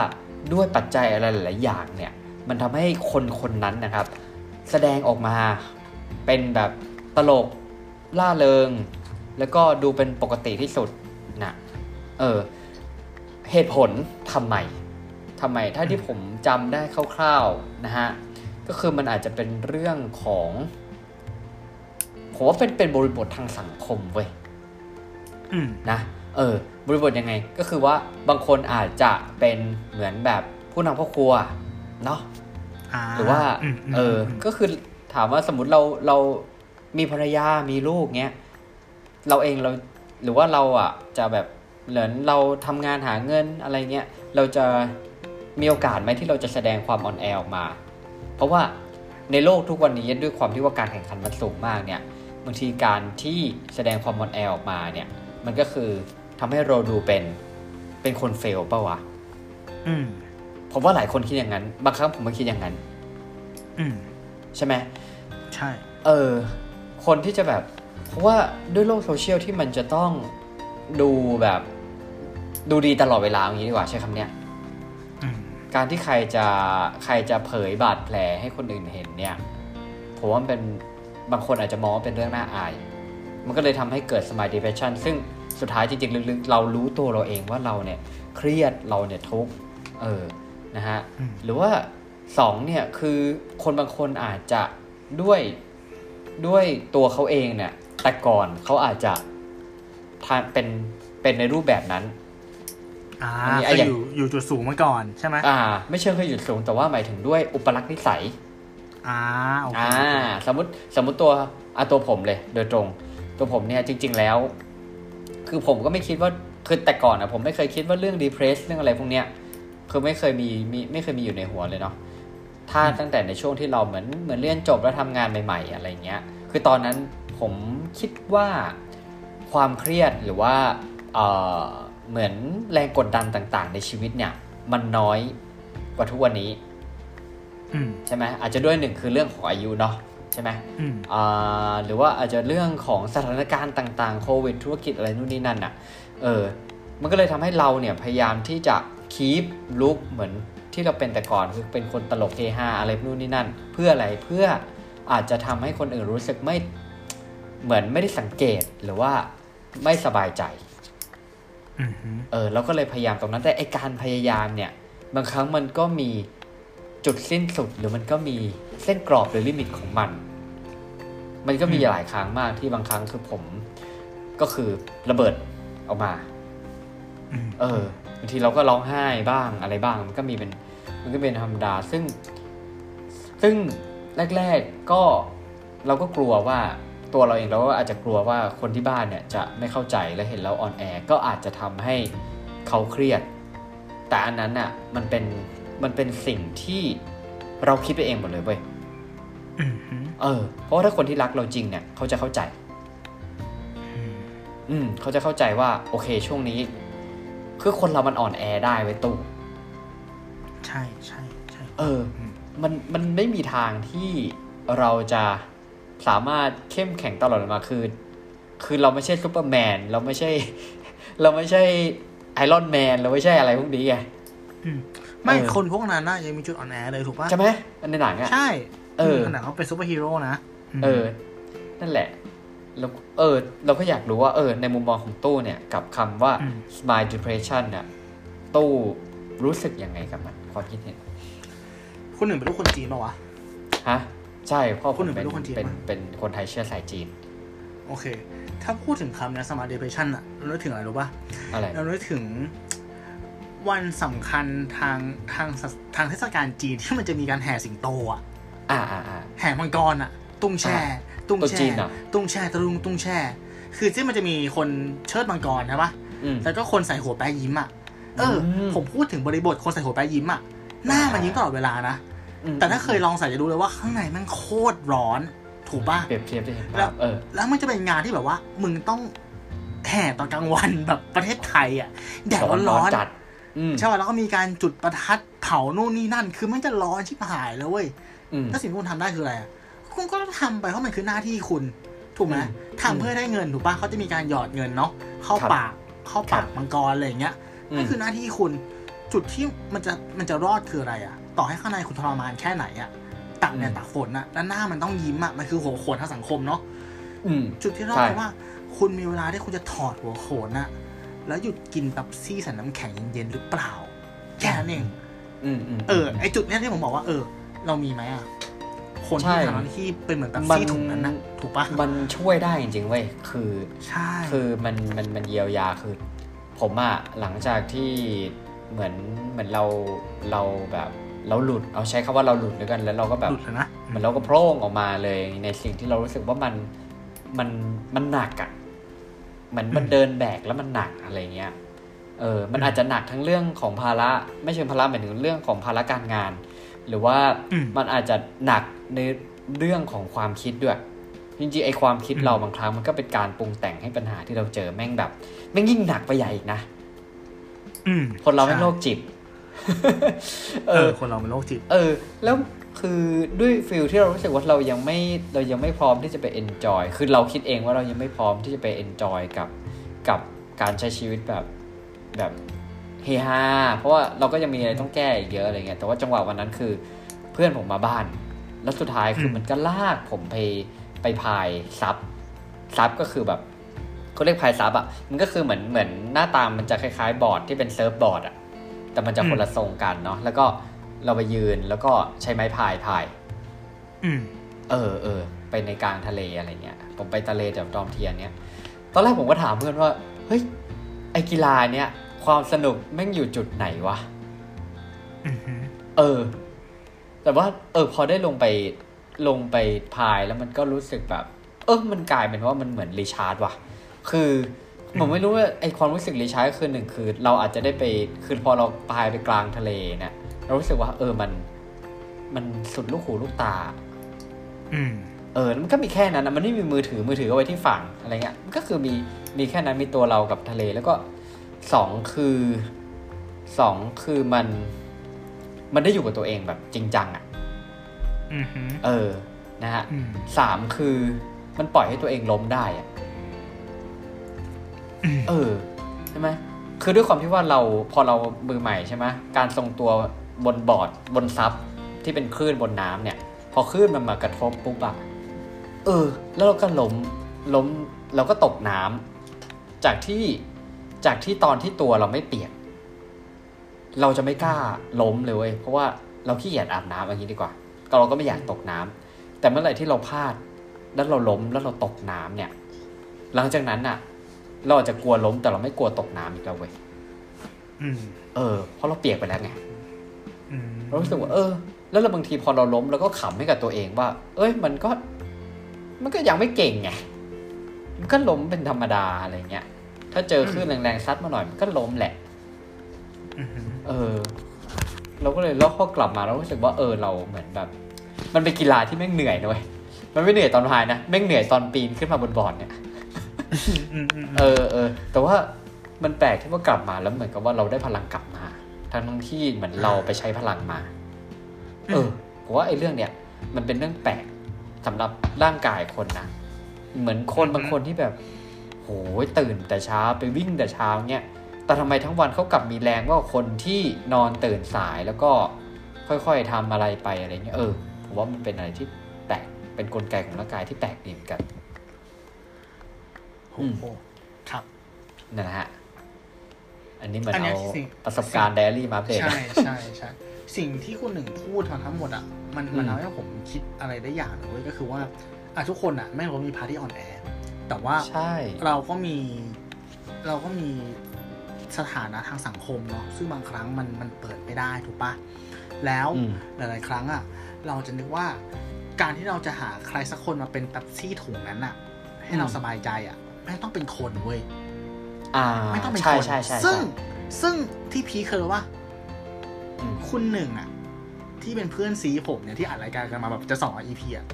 Speaker 2: ด้วยปัจจัยอะไรหลายๆอย่างเนี่ย มันทำให้คนคนนั้นนะครับ แสดงออกมาเป็นแบบตลกล่าเริง แล้วก็ดูเป็นปกติที่สุดนะเออ เหตุผลทำไมทำไมถ้าที่ผมจำได้คร่าวๆนะฮะ ก็คือมันอาจจะเป็นเรื่องของผมว่าเป็นเป็นบริบททางสังคมเว้ย
Speaker 1: อืม
Speaker 2: นะ เออบริบทยังไง ก็คือว่าบางคนอาจจะเป็นเหมือนแบบผู้นำครอบครัวเนาะ
Speaker 1: อ่า
Speaker 2: หรือว่า
Speaker 1: มม
Speaker 2: เอออ
Speaker 1: ม
Speaker 2: ก็คือถามว่าสมมติเราเรามีภรรยา มีลูกเงี้ย เราเองเรา หรือว่าเราอ่ะจะแบบเหมือนเราทำงานหาเงินอะไรเงี้ยเราจะมีโอกาสไหมที่เราจะแสดงความอ่อนแอออกมา เพราะว่าในโลกทุกวันนี้ด้วยความที่ว่าการแข่งขันมันสูงมากเนี่ยบางทีการที่แสดงความอ่อนแอออกมาเนี่ย มันก็คือทำให้เราดูเป็นเป็นคนเฟลเปล่าวะ
Speaker 1: อืม
Speaker 2: ผมว่าหลายคนคิดอย่างนั้น บางครั้งผมก็คิดอย่างนั้น
Speaker 1: อืม
Speaker 2: ใช่ไหม
Speaker 1: ใช่
Speaker 2: เออ คนที่จะแบบ เพราะว่าด้วยโลกโซเชียลที่มันจะต้องดูแบบ ดูดีตลอดเวลาอย่างนี้ดีกว่าใช้คำเนี้ย
Speaker 1: อืม
Speaker 2: การที่ใครจะใครจะเผยบาดแผลให้คนอื่นเห็นเนี่ยผมว่ามันเป็นบางคนอาจจะมองว่าเป็นเรื่องน่าอาย มันก็เลยทำให้เกิดสม i l ด d เพ r ชันซึ่งสุดท้ายจริงๆลึกๆเรารู้ตัวเราเองว่าเราเนี่ยเครียดเราเนี่ยทุกข์เออนะฮะ
Speaker 1: อืม
Speaker 2: หรือว่าสองเนี่ยคือคนบางคนอาจจะด้วยด้วยตัวเขาเองเนี่ย แต่ก่อนเขาอาจจะทานเป็นเป็นในรูปแบบนั้น
Speaker 1: อ่า
Speaker 2: อันนี้ไอ้
Speaker 1: คืออย่าง
Speaker 2: อ
Speaker 1: ยู่อยู่จุดสูงมาก่อนใช่ไหม
Speaker 2: อ่า ไม่เชิงเคยหยุดสูงแต่ว่าหมายถึงด้วยอุปลักษณ์นิสัย
Speaker 1: อ่าโอเค
Speaker 2: อ่าสมมติสมมติตัวอ่ะตัวผมเลย โดยตรง ตัวผมเนี่ยจริง ๆแล้ว คือผมก็ไม่คิดว่าคือแต่ก่อนอะผมไม่เคยคิดว่าเรื่อง depress เรื่องอะไรพวกเนี้ยคือไม่เคยมีมีไม่เคยมีอยู่ในหัวเลยเนาะถ้าตั้งแต่ในช่วงที่เราเหมือนเหมือนเรียนจบแล้วทำงานใหม่ ๆ อะไรเงี้ย คือตอนนั้นผมคิดว่าความเครียดหรือว่าเอ่อเหมือนแรงกดดันต่างๆ ในชีวิตเนี่ย มันน้อยกว่าทุกวันนี้
Speaker 1: อืม
Speaker 2: ใช่ไหมอาจจะด้วยหนึ่งคือเรื่องของอายุเนาะใช่ไหม
Speaker 1: อืม
Speaker 2: อ่าหรือว่าอาจจะเรื่องของสถานการณ์ต่างๆโควิดธุรกิจอะไรนู่นนี่นั่นอ่ะเออมันก็เลยทำให้เราเนี่ยพยายามที่จะคีปลุกเหมือนที่เราเป็นแต่ก่อนคือเป็นคนตลกเฮฮาอะไรนู่นนี่นั่น เพื่ออะไรเพื่ออาจจะทำให้คนอื่นรู้สึกไม่เหมือนไม่ได้สังเกตหรือว่าไม่สบายใจ
Speaker 1: อืมฮึ
Speaker 2: เออเราก็เลยพยายามตรงนั้นแต่ไอการพยายามเนี่ย บางครั้งมันก็มีจุดสิ้นสุด หรือมันก็มีเส้นกรอบหรือลิมิตของมัน มันก็มีหลายครั้งมากที่บางครั้งคือผมก็คือระเบิดออกมา
Speaker 1: อืม
Speaker 2: เออบางทีเราก็ร้องไห้บ้างอะไรบ้าง มันก็มีเป็นมันก็เป็นธรรมดาซึ่ง ซึ่งแรก ๆก็เราก็กลัวว่าตัวเราเองเราก็อาจจะกลัวว่าคนที่บ้านเนี่ยจะไม่เข้าใจและเห็นเราอ่อนแอก็อาจจะทำให้เขาเครียด แต่อันนั้นน่ะมันเป็นมันเป็นสิ่งที่เราคิดไปเองหมดเลยเว้ย
Speaker 1: อืมฮึ
Speaker 2: เออเพราะว่าถ้าคนที่รักเราจริงเนี่ยเขาจะเข้าใจ
Speaker 1: อืม
Speaker 2: อืมเขาจะเข้าใจว่าโอเคช่วงนี้ คือคนเรามันอ่อนแอได้ไว้ยตู่
Speaker 1: ใช่ใช่ใช่
Speaker 2: เออ
Speaker 1: อืม
Speaker 2: มัน มันไม่มีทางที่เราจะสามารถเข้มแข็งตลอดมาคือ คือเราไม่ใช่ซูเปอร์แมน เราไม่ ใช่ เราไม่ใช่ไอรอนแมน เราไม่ใช่อะไรพวกนี้ไง
Speaker 1: อืมไม่
Speaker 2: เออ
Speaker 1: คนพวกนั้นน่ะยังมีจุดอ่อนแอเลยถูกปะ
Speaker 2: ใช่ไหมในหนังอะ
Speaker 1: ใช่
Speaker 2: เออ
Speaker 1: ขนาดเขาเป็นซูเปอร์ฮีโร่นะม
Speaker 2: เออ นั่นแหละ แล้ว เออ เราก็อยากรู้ว่า เออ ในมุมมองของตู้เนี่ย กับคำว่า
Speaker 1: ม
Speaker 2: smile depression เนี่ยตู้รู้สึกยังไงกับมัน ความคิดเห็น
Speaker 1: คนหนึ่งเป็นลูกคนจีนปะวะ
Speaker 2: ฮะ ใช่ พ่อผ
Speaker 1: คน
Speaker 2: ม
Speaker 1: หนึ่งเป็ลู
Speaker 2: เป็นน
Speaker 1: กคนจีน
Speaker 2: เป็น
Speaker 1: ปะ
Speaker 2: เป็นคนไทยเชื้อสายจีน
Speaker 1: โอเค ถ้าพูดถึงคำนะ smart depression อะเรานึกถึงอะไรรู้ปะ
Speaker 2: อะไร
Speaker 1: เรานึกถึงวันสำคัญทางทางศาสทางเทศกาลจีน ที่มันจะมีการแห่สิงโตอะ
Speaker 2: อ่าอ่าอ่า
Speaker 1: แห่มังกรอะตุ้งแช่
Speaker 2: อ่า
Speaker 1: ตุ้ง
Speaker 2: ตัวจี
Speaker 1: แช่
Speaker 2: นอะ
Speaker 1: ตุ้งแช่ตะลุงตุ้งแช่ คือที่มันจะมีคนเชิดมังกรใช่ปะ
Speaker 2: อืม
Speaker 1: แล้วก็คนใส่หัวแปะยิ้มอะเอออ
Speaker 2: ม
Speaker 1: ผมพูดถึงบริบทคนใส่หัวแปะยิ้มอะหน้ามันยิ้มตลอดเวลานะ
Speaker 2: อืม
Speaker 1: แต่ถ้าเคยลองใส่จะรู้เลยว่าข้างในมันโคตรร้อน ถูกปะ
Speaker 2: เปรียบเทียบได้เห็น
Speaker 1: แล้
Speaker 2: ภาว พเออ
Speaker 1: แล้วมันจะเป็นงานที่แบบว่า มึงต้องแห่ตอนกลางวันแบบประเทศไทยอ่ะแดดร้อนๆ
Speaker 2: จัด อืม
Speaker 1: ใช่ป่ะแล้วก็มีการจุดประทัดเผานู่นนี่นั่น คือมันจะร้อนชิบหายเลยเว้ย
Speaker 2: อืม
Speaker 1: แล้วสิ่งที่คุณทำได้คืออะไรอะคุณก็ทำไปเพราะมันคือหน้าที่คุณ ถูกไหม
Speaker 2: อืม
Speaker 1: ทำเพื่อได้เงินถูกป่ะเขาจะมีการหยอดเงินเนาะเข้า
Speaker 2: ครับ
Speaker 1: ปากเข้าปาก
Speaker 2: ครับ
Speaker 1: มังกรอะไรอย่างเงี้ย
Speaker 2: อื
Speaker 1: นั่
Speaker 2: ม
Speaker 1: นคือหน้าที่คุณ จุดที่มันจะมันจะรอดคืออะไรอ่ะ ต่อให้ข้างในคุณทรมานแค่ไหนอ่ะตักเนี่ยตักฝนอ่ะแล้วหน้ามันต้องยิ้มอ่ะมันคือหัวโขนทางสังคมเนาะ
Speaker 2: อืม
Speaker 1: จุดที่รอด
Speaker 2: ใช่
Speaker 1: เพราะว่า คุณมีเวลาที่คุณจะถอดหัวโขนอะแล้วหยุดกินตับซี่ใส่น้ำแข็งเย็นๆหรือเปล่า แค่นั้นเอง
Speaker 2: อืมอืม
Speaker 1: เออ ไอจุดเนี้ยที่ผมบอกว่า เออ เรามีไหมอะคน
Speaker 2: ใช่
Speaker 1: ที่ทำหน้าที่เป็นเหมือนตับ
Speaker 2: มัน
Speaker 1: ซี่ถุงนั้นนะถูกปะ
Speaker 2: มันช่วยได้จริงๆเว้ย คือ
Speaker 1: ใช่
Speaker 2: คือมันมันมันเยียวยาคือ ผมอะหลังจากที่เหมือนเหมือนเราเราแบบเราหลุดเอาใช้คำว่าเราหลุดแล้วกัน แล้วเราก็แบบ
Speaker 1: หลุดเลยนะ
Speaker 2: เหมือนเราก็โพร่งออกมาเลยในสิ่งที่เรารู้สึกว่ามันมันมันหนักอะ เหมือนมันเดินแบกแล้วมันหนักอะไรเงี้ย เออ มันอาจจะหนักทั้งเรื่องของภาระไม่เชิงภาระหมายถึงเรื่องของภาระการงาน หรือว่า
Speaker 1: อืม
Speaker 2: มันอาจจะหนักในเรื่องของความคิดด้วย จริงๆไอความคิด
Speaker 1: อืม
Speaker 2: เราบางครั้งมันก็เป็นการปรุงแต่งให้ปัญหาที่เราเจอแม่งแบบแม่งยิ่งหนักไปใหญ่อีกนะ
Speaker 1: อืม
Speaker 2: คนเรา
Speaker 1: ใช่
Speaker 2: แม่งโรคจิต
Speaker 1: เออ คนเราเป็นโรคจิต
Speaker 2: เออแล้วคือด้วยฟิลที่เรารู้สึกว่าเรายังไม่เรายังไม่พร้อมที่จะไป enjoy คือเราคิดเองว่าเรายังไม่พร้อมที่จะไป enjoy กับกับการใช้ชีวิตแบบแบบเฮฮาเพราะว่าเราก็ยังมีอะไรต้องแก้อีกเยอะอะไรเงี้ยแต่ว่าจังหวะวันนั้นคือเพื่อนผมมาบ้าน แล้วสุดท้ายคือ
Speaker 1: ม
Speaker 2: มันก็ลากผมไปไปพายซับซับก็คือแบบเขาเรียกพายซับอ่ะมันก็คือเหมือนเหมือนหน้าตามมันจะคล้ายๆบอร์ดที่เป็นเซิร์ฟบอร์ดอ่ะ แต่มันจะคนละทรงกันเนาะแล้วก็เราไปยืนแล้วก็ใช้ไม้พายพาย
Speaker 1: อืม
Speaker 2: เออเออไปในกลางทะเลอะไรเงี้ย ผมไปทะเลจากดอมเทียนเนี้ยตอนแรกผมก็ถามเพื่อนว่าเฮ้ยไอกีฬาเนี้ยความสนุกแม่งอยู่จุดไหนวะ
Speaker 1: อืมฮึ
Speaker 2: เออ แต่ว่า เออ พอได้ลงไปลงไปพายแล้วมันก็รู้สึกแบบ เออมันกลายเป็นว่ามันเหมือนรีชาร์จว่ะ คือผมไม่รู้ว่าไอความรู้สึกรีชาร์จคือหนึ่งคือ เราอาจจะได้ไปคือพอเราพายไปกลางทะเลเนี่ยเรารู้สึกว่า เออมัน มันสุดลูกหูลูกตา
Speaker 1: อืม
Speaker 2: เออแล้วมันก็มีแค่นั้นนะมันไม่มีมือถือมือถือเอาไว้ที่ฝั่งอะไรเงี้ยมันก็คือมีมีแค่นั้นมีตัวเรากับทะเล แล้วก็สองคือสองคือมัน มันได้อยู่กับตัวเองแบบจริงจังอะ่ะ
Speaker 1: อืมฮึ
Speaker 2: เออนะฮะ
Speaker 1: อืม
Speaker 2: สามคือมันปล่อยให้ตัวเองล้มได้อะ่ะเออใช่ไหมคือด้วยความที่ว่าเราพอเรามือใหม่ใช่ไหมการทรงตัวบนบอร์ดบนซับที่เป็นคลื่นบนน้ำเนี่ย พอคลื่นมันมากระทบปุ๊บอะ เออ แล้วเราก็ล้มล้มเราก็ตกน้ำจากที่จากที่ตอนที่ตัวเราไม่เปียก เราจะไม่กล้าล้มเลยเว้ยเพราะว่าเราขี้เกียจอาบน้ำอย่างนี้ดีกว่า ก็เราก็ไม่อยากตกน้ำแต่เมื่อไหร่ที่เราพลาด แล้วเราล้มแล้วเราตกน้ำเนี่ย หลังจากนั้นน่ะ เราอาจจะกลัวล้มแต่เราไม่กลัวตกน้ำอีกแล้วเว้ย
Speaker 1: อืม
Speaker 2: เออเพราะเราเปียกไปแล้วไง
Speaker 1: อืม
Speaker 2: เรารู้สึกว่าเออ แล้วเราบางทีพอเราล้มเราก็ขำให้กับตัวเองว่า เอ้ยมันก็ มันก็ยังไม่เก่งไงมันก็ล้มเป็นธรรมดาอะไรเงี้ย ถ้าเจอคลื่นแรงๆซัดมาหน่อยมันก็ล้มแหละ
Speaker 1: อืมฮึ
Speaker 2: เออ เราก็เลยแล้วพอกลับมาเรารู้สึกว่าเออเราเหมือนแบบ มันเป็นกีฬาที่แม่งเหนื่อยด้วยมันไม่เหนื่อยตอนพายนะแม่งเหนื่อยตอนปีนขึ้นมาบนบอร์ดเนี่ย
Speaker 1: อืมอืม
Speaker 2: เออเออแต่ว่ามันแปลกที่ว่ากลับมาแล้วเหมือนกับว่าเราได้พลังกลับมาทั้งๆที่เหมือนเราไปใช้พลังมา เออผมว่าไอ้เรื่องเนี้ยมันเป็นเรื่องแปลกสำหรับร่างกายคนนะเหมือนคนบางคนที่แบบ โหยตื่นแต่เช้าไปวิ่งแต่เช้าเนี่ย แต่ทำไมทั้งวันเขากลับมีแรงว่าคนที่นอนตื่นสายแล้วก็ค่อยๆทำอะไรไปอะไรเงี้ยเออผมว่ามันเป็นอะไรที่แปลกเป็นกลไกของร่างกายที่แปลกดีเหมือนกัน
Speaker 1: โอ้โหครับ
Speaker 2: นั่นแหละฮะ อันนี้เหมือน
Speaker 1: อันเนี้
Speaker 2: เอา
Speaker 1: ยสิ่ง
Speaker 2: ประสบการณ์ไดอารี่มาอัปเดต
Speaker 1: ใช่
Speaker 2: นะ
Speaker 1: ใช่ใช่สิ่งที่คุณหนึ่งพูดมาทั้งหมดอ่ะมันมัน
Speaker 2: อืม
Speaker 1: ทำให้ผมคิดอะไรได้อย่างหนึ่งเว้ยก็คือว่าอ่ะทุกคนอ่ะไม่รู้มีพาร์ทที่อ่อนแอแต่ว่า
Speaker 2: ใช่
Speaker 1: เราก็มีเราก็มีสถานะทางสังคมเนาะซึ่งบางครั้งมันมันเปิดไม่ได้ถูกปะแล้ว
Speaker 2: อืม
Speaker 1: หลาย ๆ ครั้งอะ่ะ เราจะนึกว่าการที่เราจะหาใครสักคนมาเป็นแป๊บซี่ถุงนั้นอะ่ะ ให้เราสบายใจอะ่ะไม่ต้องเป็นคนเว้ย
Speaker 2: อ่า
Speaker 1: ไม่ต้องเป็น
Speaker 2: ใช่
Speaker 1: คน
Speaker 2: ใช่ใช่
Speaker 1: ซึ่ง
Speaker 2: ใช่
Speaker 1: ซึ่งที่พีคคือว่า
Speaker 2: อืม
Speaker 1: คุณหนึ่งอะ่ะ ที่เป็นเพื่อนซีผมเนี่ยที่อัดรายการกันมาแบบจะสองอีพีอ่ะ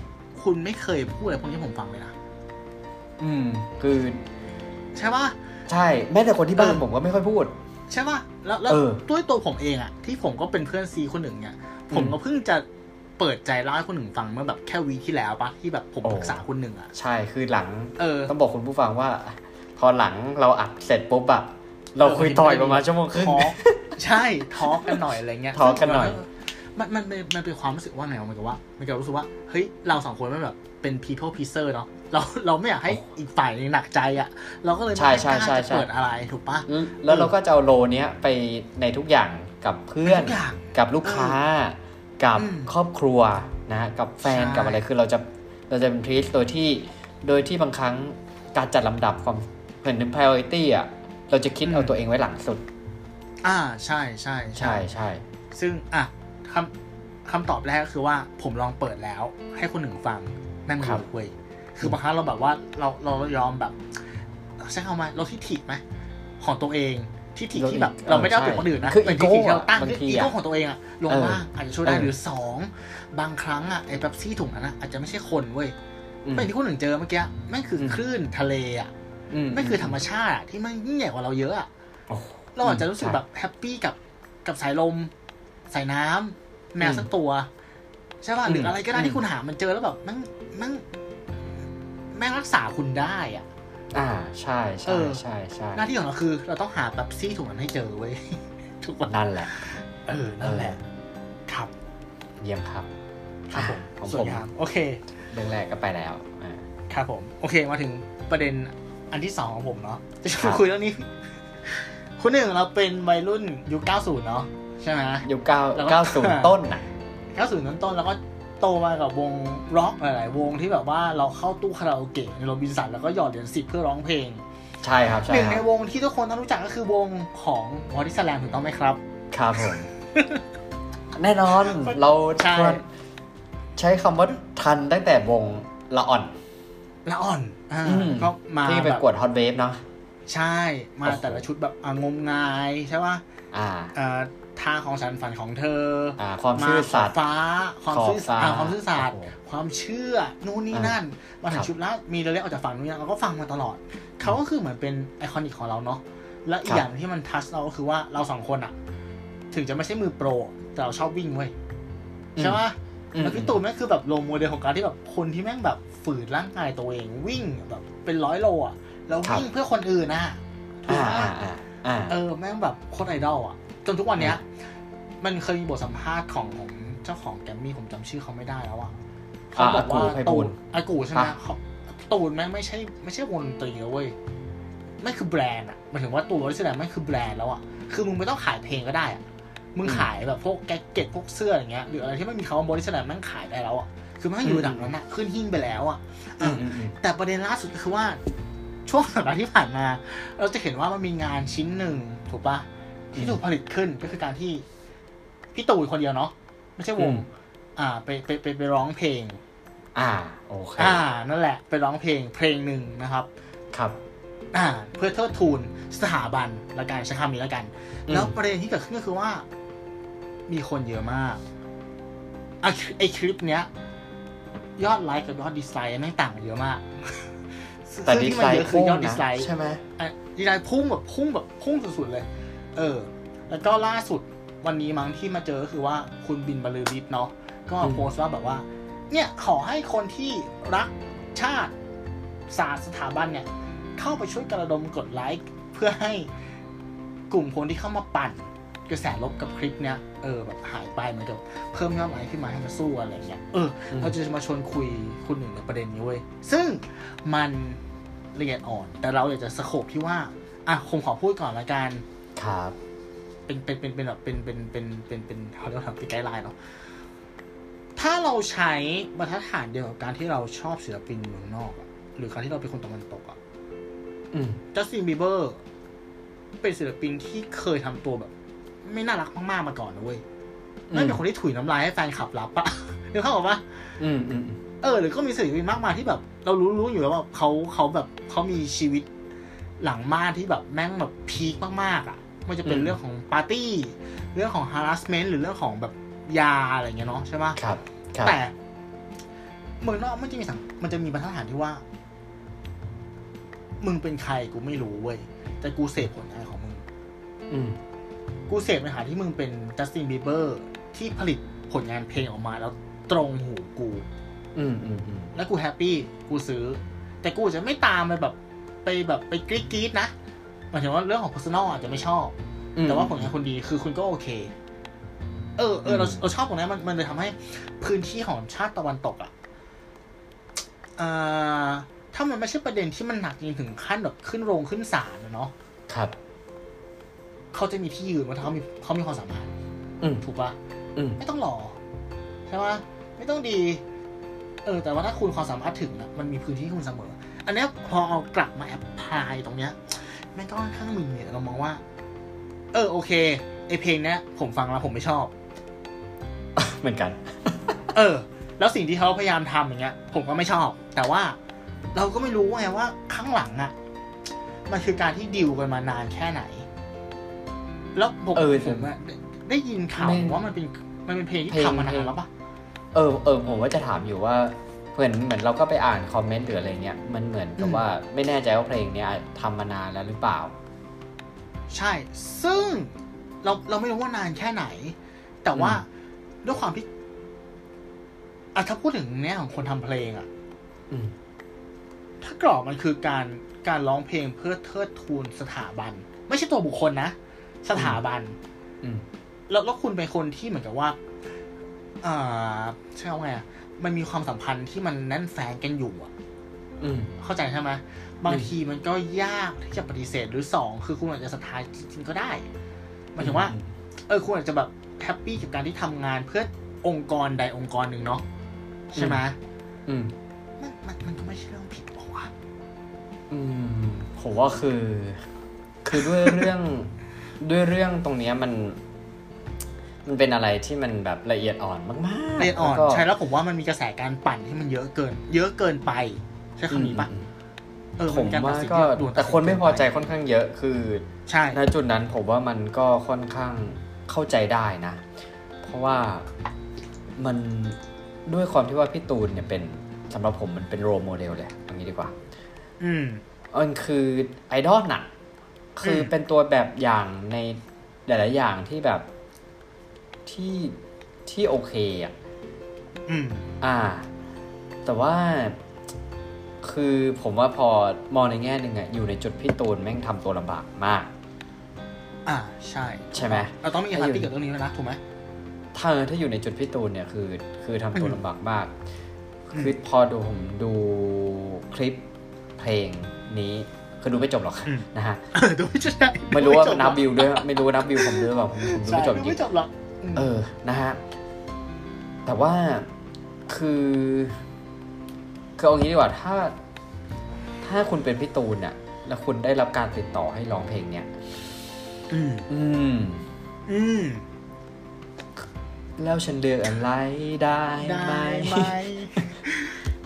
Speaker 1: คุณไม่เคยพูดอะไรพวกนี้ให้ผมฟังเลยนะ
Speaker 2: อืม คือ
Speaker 1: ใช่ปะ
Speaker 2: ใช่แม้แต่คนที่บ้าน
Speaker 1: เออ
Speaker 2: ผมก็ไม่ค่อยพูด
Speaker 1: ใช่ป่ะ แล้วแล้ว
Speaker 2: เออ
Speaker 1: ด้วยตัวผมเองอะที่ผมก็เป็นเพื่อนซีคนหนึ่งเนี่ย ผมก็เพิ่งจะเปิดใจเล่าให้คนหนึ่งฟังเมื่อแบบแค่วีคที่แล้วปะที่แบบผม
Speaker 2: โอ้
Speaker 1: ปรึกษาคนหนึ่งอะ
Speaker 2: ใช่คือหลัง
Speaker 1: เออ
Speaker 2: ต้องบอกคุณผู้ฟังว่า พอหลังเราอัดเสร็จปุ๊บอะเราคุยต่อยประมาณชั่วโมงครึ่ง
Speaker 1: ทอล์กใช่ ทอล์กกันหน่อยอะไรเงี้ย
Speaker 2: ทอล์กกันหน่อย
Speaker 1: มันมันเป็นมันเป็นความรู้สึกว่าไงวะมันกับว่ามันกับรู้สึกว่า เฮ้ย เราสองคนไม่แบบเป็น people pleaser เนาะเราเราไม่อยากให้อีกฝ่ายหนึงหนักใจอะเราก็เลยไม่ค่อยกล้าจะเปิดอะไรถูกปะ
Speaker 2: แล้วแล้วเราก็จะเอาโลเนี้ยไปในทุกอย่างกับเพื่อน
Speaker 1: ทุกอย่าง
Speaker 2: กับลูกค้า กับ
Speaker 1: อืม
Speaker 2: ครอบครัวนะฮะกับแฟน
Speaker 1: ใช่
Speaker 2: กับอะไรคือเราจะเราจะเป็นทรีสโดยที่โดยที่บางครั้งการจัดลำดับความเหมือน priority อ่ะเราจะคิดเอาตัวเองไว้หลังสุด
Speaker 1: อ่าใช่ใช่
Speaker 2: ใช่ใช่
Speaker 1: ซึ่งอ่ะคำคำตอบแรกก็คือว่าผมลองเปิดแล้ว ให้คนหนึ่งฟังนั่น
Speaker 2: ค
Speaker 1: คื
Speaker 2: รั
Speaker 1: อบ เว้ยคือบางครั้งเราแบบว่าเราเรายอมแบบ ใช้คำว่าลดทิฐิไหมของตัวเองทิฐิ
Speaker 2: ลดอีก
Speaker 1: ที่แบบ
Speaker 2: เออ
Speaker 1: เราไม่ได้เอาเปรี
Speaker 2: ใช่
Speaker 1: ยบคนอื่นนะ
Speaker 2: คือ
Speaker 1: เป็น
Speaker 2: อี
Speaker 1: ทิฐิ
Speaker 2: โก้
Speaker 1: ที่เราตั้ง
Speaker 2: อะบางที
Speaker 1: อีโก้ของตัวเองอะลง
Speaker 2: เออ
Speaker 1: บ้างอาจจะช่วยได้
Speaker 2: เออ
Speaker 1: หรือสองบางครั้งอะไอ้แบบซี่ถุงนั้นอะอาจจะไม่ใช่คนเว้ย
Speaker 2: อืม
Speaker 1: เป็นที่คนอื่นเจอเมื่อกี้แม่งคืออ
Speaker 2: ม
Speaker 1: คลื่นทะเลอะแม่งคือธรรมชาติอะที่แมันยิ่งใหญ่กว่าเราเยอะอะ
Speaker 2: โอ้โห
Speaker 1: เราอาจจะรู้สึก
Speaker 2: ใช่
Speaker 1: แบบแฮปปี้กับกับสายลม สายน้ำแมว
Speaker 2: อืม
Speaker 1: สักตัว ใช่ป่ะ
Speaker 2: อืม
Speaker 1: หรืออะไรก็ได้
Speaker 2: อืม
Speaker 1: ที่คุณหามันเจอแล้วแบบแม่งแม่งแม่งรักษาคุณได้อ่ะ
Speaker 2: อ่าใช่
Speaker 1: เอ
Speaker 2: ใช่
Speaker 1: อ
Speaker 2: ใช่ใช่
Speaker 1: หน้าที่ของเราคือ เราต้องหาแบบซี่ถุงนั้นให้เจอเว้ย ทุกวัน
Speaker 2: นั่นแหละ
Speaker 1: เออนั่นแหละ ครับ
Speaker 2: เยี่ยมครับ
Speaker 1: ครับผม
Speaker 2: อ่าของ
Speaker 1: ส
Speaker 2: ผ
Speaker 1: วย
Speaker 2: ม
Speaker 1: งามโอเค
Speaker 2: เรื่องแรกก็ไปแล้วอ่า
Speaker 1: ครับผม โอเคมาถึงประเด็นอันที่สองของผมเนาะจะช
Speaker 2: ครั
Speaker 1: วน
Speaker 2: บ
Speaker 1: คุยเรื่องนี้คุณหนึ่งเราเป็นวัยรุ่นยุค90เนาะใช่ไหม
Speaker 2: ยุคเก้า
Speaker 1: แล้วก็
Speaker 2: เก้าศูนย์ต้นน่ะ
Speaker 1: ก้าสูต้นต้นๆแล้วก็โตมากับวงร็อกหลาย ๆ วงที่แบบว่าเราเข้าตู้คาราโอเกะในโรบินสันแล้วก็หยอดเหรียญสิบเพื่อร้องเพลง
Speaker 2: ใช่ครับ ใช่
Speaker 1: หนึ่ง
Speaker 2: ค
Speaker 1: ใน
Speaker 2: รับ
Speaker 1: วงที่ทุกคนต้องรู้จักก็คือวงของบอดี้สแลมถูกต้องไหมครับ
Speaker 2: ครับผม แน่นอนเรา
Speaker 1: ใช่
Speaker 2: ใช้คำว่าทันตั้งแต่วงละอ่อน
Speaker 1: ละอ่อนอ่า
Speaker 2: อืม
Speaker 1: ก็มา
Speaker 2: ที่ไป
Speaker 1: แบบ
Speaker 2: กวดฮอตเวฟเนาะ
Speaker 1: ใช่มา
Speaker 2: โอ้โห
Speaker 1: แต่ละชุดแบบอ่ะงมงายใช่ป่ะ
Speaker 2: อ่า
Speaker 1: เอ่อทางของฉันฝันของเธอ
Speaker 2: อ่า ความซื่อสัตย์
Speaker 1: ฟ้า ความ
Speaker 2: ขอบ
Speaker 1: ซื่อสัตย์
Speaker 2: ฟ้า
Speaker 1: อ่าความซื่อสัตย์
Speaker 2: โอ้โห
Speaker 1: ความเชื่อนู่นนี่
Speaker 2: อ่านั่
Speaker 1: นั่นมาถึ
Speaker 2: ครั
Speaker 1: ง
Speaker 2: บ
Speaker 1: ชุดแล้วมีเราเรียกออกจากฝั่งนู้นยังเราก็ฟังมาตลอด เขาก็คือเหมือนเป็นไอคอนิกของเราเนาะ และอี
Speaker 2: ครั
Speaker 1: ก
Speaker 2: บ
Speaker 1: อย่างที่มันทัชเราก็คือว่าเราสองคนอะถึงจะไม่ใช่มือโปร แต่เราชอบวิ่งเว้ยใช่ปะ
Speaker 2: อืม
Speaker 1: แล้วพี่ตู่แม่งคือแบบโลโมเดลของการที่แบบคนที่แม่งแบบฝืนร่างกายตัวเองวิ่งแบบเป็นร้อยโลอะแล้ววิ่งเพื่อคนอื่นนะถูก
Speaker 2: อ่า
Speaker 1: ปะ
Speaker 2: อ่าอ่าอ่า
Speaker 1: เออแม่งแบบโคตรไอดอลอะจนทุกวันเนี้ย มันเคยมีบทสัมภาษณ์ของของเจ้าของแกรมมี่ผมจำชื่อเขาไม่ได้แล้วอะเขาบอกว่า
Speaker 2: อ่าอากูไพบู
Speaker 1: ตู
Speaker 2: ล
Speaker 1: น
Speaker 2: ย์
Speaker 1: อากูใช่ไหม
Speaker 2: ครับ
Speaker 1: เขาตูนแม่งไม่ใช่ ไม่ใช่วงดนตรีแล้วเว้ย ไม่คือแบรนด์อะหมายถึงว่าตัวรถแสดงไม่คือแบรนด์แล้วอะคือมึงไม่ต้องขายเพลงก็ได้อะมึงขายแบบพวกแก๊กเก็ตพวกเสื้ออย่างเงี้ยหรืออะไรที่ไม่มีคำว่าบริษัทแม่งขายได้แล้วอะคือแม่งอยู่ระดับนั้นอะขึ้นหิ้งไปแล้วอะ
Speaker 2: อื
Speaker 1: อ่ะ
Speaker 2: มอืมอืม
Speaker 1: แต่ประเด็นล่าสุดก็คือว่า ช่วงสัปดาห์ที่ผ่านมา เราจะเห็นว่ามันมีงานชิ้นหนึ่งถูกปะที่ถูกผลิตขึ้นก็คือการที่พี่ตู่คนเดียวเนาะไม่ใช่วง อ่า ไปไปไปไปร้องเพลง
Speaker 2: อ่า โอเค
Speaker 1: อ่า นั่นแหละ ไปร้องเพลงเพลงหนึ่งนะครับ
Speaker 2: ครับ
Speaker 1: อ่าเพื่อเทิดทูนสถาบันละกันใช้คำนี้ละกัน
Speaker 2: อืม
Speaker 1: แล้วประเด็นที่เกิดขึ้นก็คือว่า มีคนเยอะมากอะไอคลิปเนี้ย ยอดไลค์กับยอดดีไซน์ไม่งต่างกันเยอะมาก
Speaker 2: แต่
Speaker 1: ซึ่ง
Speaker 2: ดี
Speaker 1: ที่
Speaker 2: ไซ
Speaker 1: มันเย
Speaker 2: น์
Speaker 1: อะคื
Speaker 2: พุ่
Speaker 1: อง ยอดดี
Speaker 2: นะ
Speaker 1: ไซน์
Speaker 2: ใช่ไหม
Speaker 1: อ่ะดีไซน์พุ่งแบบพุ่งแบบพุ่งสุดๆเลย เออ แล้วก็ล่าสุดวันนี้มั้งที่มาเจอก็คือว่าคุณบินบรรลือฤทธิ์เนาะก็มา
Speaker 2: อืม
Speaker 1: โพสต์ว่าแบบว่า เนี่ยขอให้คนที่รักชาติศาสตร์สถาบันเนี่ย เข้าไปช่วยกระดมกดไลค์เพื่อให้กลุ่มคนที่เข้ามาปั่นกระแสลบกับคลิปเนี่ยเออแบบหายไปเหมือนกับเพิ่มยอดไลค์ขึ้นมาให้มาสู้อะไรอย่างเงี้ยเออ
Speaker 2: อืม
Speaker 1: เราจะมาชวนคุยคุณหนึ่งในประเด็นนี้เว้ยซึ่งมันละเอียดอ่อน แต่เราอยากจะสโคบที่ว่าอ่ะคงขอพูดก่อนละกัน
Speaker 2: ครับ
Speaker 1: เป็นเป็นเป็นเป็นแบบเป็นเป็นเป็นเป็นเป็นเขาเรียกว่าเป็นไกด์ไลน์เนาะถ้าเราใช้บรรทัดฐานเดียวกับการที่เราชอบศิลปินเมืองนอกอะหรือการที่เราเป็นคนตะวันตกอะ
Speaker 2: อืม
Speaker 1: จัสตินบีเบอร์เป็นศิลปินที่เคยทำตัวแบบ ไม่น่ารักมาก ๆ มาก่อนนะเว้ยนั่นเป็นคนที่ถุยน้ำลายให้แฟนขับรับอะ นึกภาพออกปะ
Speaker 2: อืมอืมอืม
Speaker 1: เออหรือก็มีศิลปินมากมายที่แบบ เรารู้รู้อยู่แล้วว่าเขาเขาแบบเขามีชีวิตหลังม่านที่แบบแม่งแบบพีคมากๆอะไม่ว่าจะเป็นเรื่องของปาร์ตี้ เรื่องของ harassment หรือเรื่องของแบบยาอะไรเงี้ยเนาะใช่ปะ
Speaker 2: ครับ ครับ
Speaker 1: แต่เมืองนอกมันจะมีสังมันจะมีบรรทัดฐานที่ว่า มึงเป็นใครกูไม่รู้เว้ย แต่กูเสพผลงานของมึง
Speaker 2: อืม
Speaker 1: กูเสพในฐานที่มึงเป็นจัสตินบีเบอร์ที่ผลิตผลงานเพลงออกมาแล้วตรงหูกู
Speaker 2: อืมอืมอืม
Speaker 1: แล้วกูแฮปปี้กูซื้อ แต่กูอาจจะไม่ตามไปแบบ ไปแบบไปกรี๊ดกรี๊ดๆนะหมายถึงว่าเรื่องของ personal อาจจะไม่ชอบ แต่ว่าผลงานคนดีคือคุณก็โอเค เออเออเรา
Speaker 2: อืม
Speaker 1: เราชอบตรงนี้นมันมันเลยทำให้พื้นที่ของชาติตะวันตกอะเอ่อถ้ามันไม่ใช่ประเด็นที่มันหนักจริงถึงขั้นแบบขึ้นโรงขึ้นศาลอะเนาะ
Speaker 2: ครับ
Speaker 1: เขาจะมีที่ยืนว่าเขามีเขามีความสามารถ
Speaker 2: อืม
Speaker 1: ถูกปะ
Speaker 2: อืม
Speaker 1: ไม่ต้องหล่อใช่ปะไม่ต้องดี เออ แต่ว่าถ้าคุณความสามารถถึงนะมันมีพื้นที่ให้คุณเสมอ อันเนี้ยพอเอากลับมาแอปพลายตรงเนี้ยแม่งก็ค่อนข้างมึนเนี่ยเรามองว่า เออโอเคไอเพลงเนี้ยผมฟังแล้วผมไม่ชอบ
Speaker 2: เหมือนกัน
Speaker 1: เออ แล้วสิ่งที่เขาพยายามทำอย่างเงี้ย ผมก็ไม่ชอบ แต่ว่าเราก็ไม่รู้ไงว่าข้างหลังอะ มันคือการที่ดิวกันมานานแค่ไหน แล้วผม
Speaker 2: เออ
Speaker 1: ผมอะได้ได้ยินข่าว
Speaker 2: ไม่
Speaker 1: ว่ามันเป็นมันเป็นเพลงที่
Speaker 2: เพลง
Speaker 1: ทำมานานแล้วปะ
Speaker 2: เออเออผมว่าจะถามอยู่ว่าเหมือนเหมือนเราก็ไปอ่านคอมเมนต์หรืออะไรเงี้ยมันเหมือนกับว่าไม่แน่ใจว่าเพลงเนี้ยทำมานานแล้วหรือเปล่า
Speaker 1: ใช่ ซึ่งเราเราไม่รู้ว่านานแค่ไหน แต่ว่าด้วยความที่อ่ะถ้าพูดถึงเนี้ยของคนทำเพลงอะ
Speaker 2: อืม
Speaker 1: ถ้ากรอบมันคือการการร้องเพลงเพื่อเทิดทูนสถาบัน ไม่ใช่ตัวบุคคลนะ สถาบัน
Speaker 2: อืม
Speaker 1: แล้วแล้วคุณเป็นคนที่เหมือนกับว่าเอ่อใช่ว่าไงอะมันมีความสัมพันธ์ที่มันแน่นแฟนกันอยู่อะ
Speaker 2: อืม
Speaker 1: เข้าใจใช่ไหมบางทีมันก็ยากที่จะปฏิเสธหรือสองคือคุณอาจจะศรัทธาจริงๆก็ได้หมายถึงว่า เออคุณอาจจะแบบแฮปปี้กับการที่ทำงานเพื่อองค์กรใดองค์กรหนึ่งเนาะใช่ไหม
Speaker 2: อืม
Speaker 1: มันมันมันก็ไม่ใช่เรื่องผิดหรอกวะ
Speaker 2: อืมผมว่าคือ คือด้วยเรื่อง ด้วยเรื่องตรงเนี้ยมัน มันเป็นอะไรที่มันแบบละเอียดอ่อนมากๆ
Speaker 1: ละเอียดอ่อน
Speaker 2: แล้วก็
Speaker 1: ใช่แล้วผมว่ามันมีกระแสการปั่นที่มันเยอะเกิน เยอะเกินไป ใช่คำนี้ปะ
Speaker 2: อืม
Speaker 1: เออ
Speaker 2: ผม
Speaker 1: นการตั
Speaker 2: ว่า
Speaker 1: ดสิน
Speaker 2: ก็
Speaker 1: ที่ด่ว
Speaker 2: แต่คนไม่พอใจ
Speaker 1: เกิ
Speaker 2: ค่อนข้างเยอะคือ
Speaker 1: นไปใช่
Speaker 2: ณจุดนั้นผมว่ามันก็ค่อนข้างเข้าใจได้นะ เพราะว่ามันด้วยความที่ว่าพี่ตูนเนี่ยเป็นสำหรับผมมันเป็นโรโมเดลเลยเอย่างนี้ดีกว่า
Speaker 1: อืม
Speaker 2: มันคือไอดอลน่ะ คืออ
Speaker 1: ม
Speaker 2: เป็นตัวแบบอย่างในหลาย ๆ อย่างที่แบบที่ที่โอเคอ่ะ
Speaker 1: อืม
Speaker 2: อ่า แต่ว่าคือผมว่าพอมองในแง่หนึ่งอ่ะ อยู่ในจุดพี่ตูนแม่งทำตัวลำบากมาก
Speaker 1: อ่าใช่
Speaker 2: ใช่ไหม
Speaker 1: เราต้องมีอาร์ติเกี่ยวกับเรื่องนี้ด้วยนะ ถูกไหม
Speaker 2: ถ้าถ้าอยู่ในจุดพี่ตูนเนี่ยคือ คือทำตัว
Speaker 1: อืม
Speaker 2: ลำบากมาก
Speaker 1: อืม
Speaker 2: คือพอดูผมดูคลิปเพลงนี้ คือดูไม่จบหรอกนะฮะ
Speaker 1: เออดูไม่ใช่
Speaker 2: ไม่รู้ว่านับวิวด้วยไม่รู้ว่านับวิวผมด้วยหรือเปล่าผมผมดู
Speaker 1: ใช่
Speaker 2: ไม่จบจ
Speaker 1: ดู
Speaker 2: ริ
Speaker 1: ไม่
Speaker 2: ง
Speaker 1: จบหรอกม
Speaker 2: เออนะฮะ แต่ว่าคือคือเอางี้ดีกว่าถ้า ถ้าคุณเป็นพี่ตูนเนี่ยแล้วคุณได้รับการติดต่อให้ร้องเพลงเนี่ย
Speaker 1: อืม
Speaker 2: อืม
Speaker 1: อืม
Speaker 2: แล้วฉันเลือกอะไรได้
Speaker 1: ได้
Speaker 2: ไหม
Speaker 1: ไหม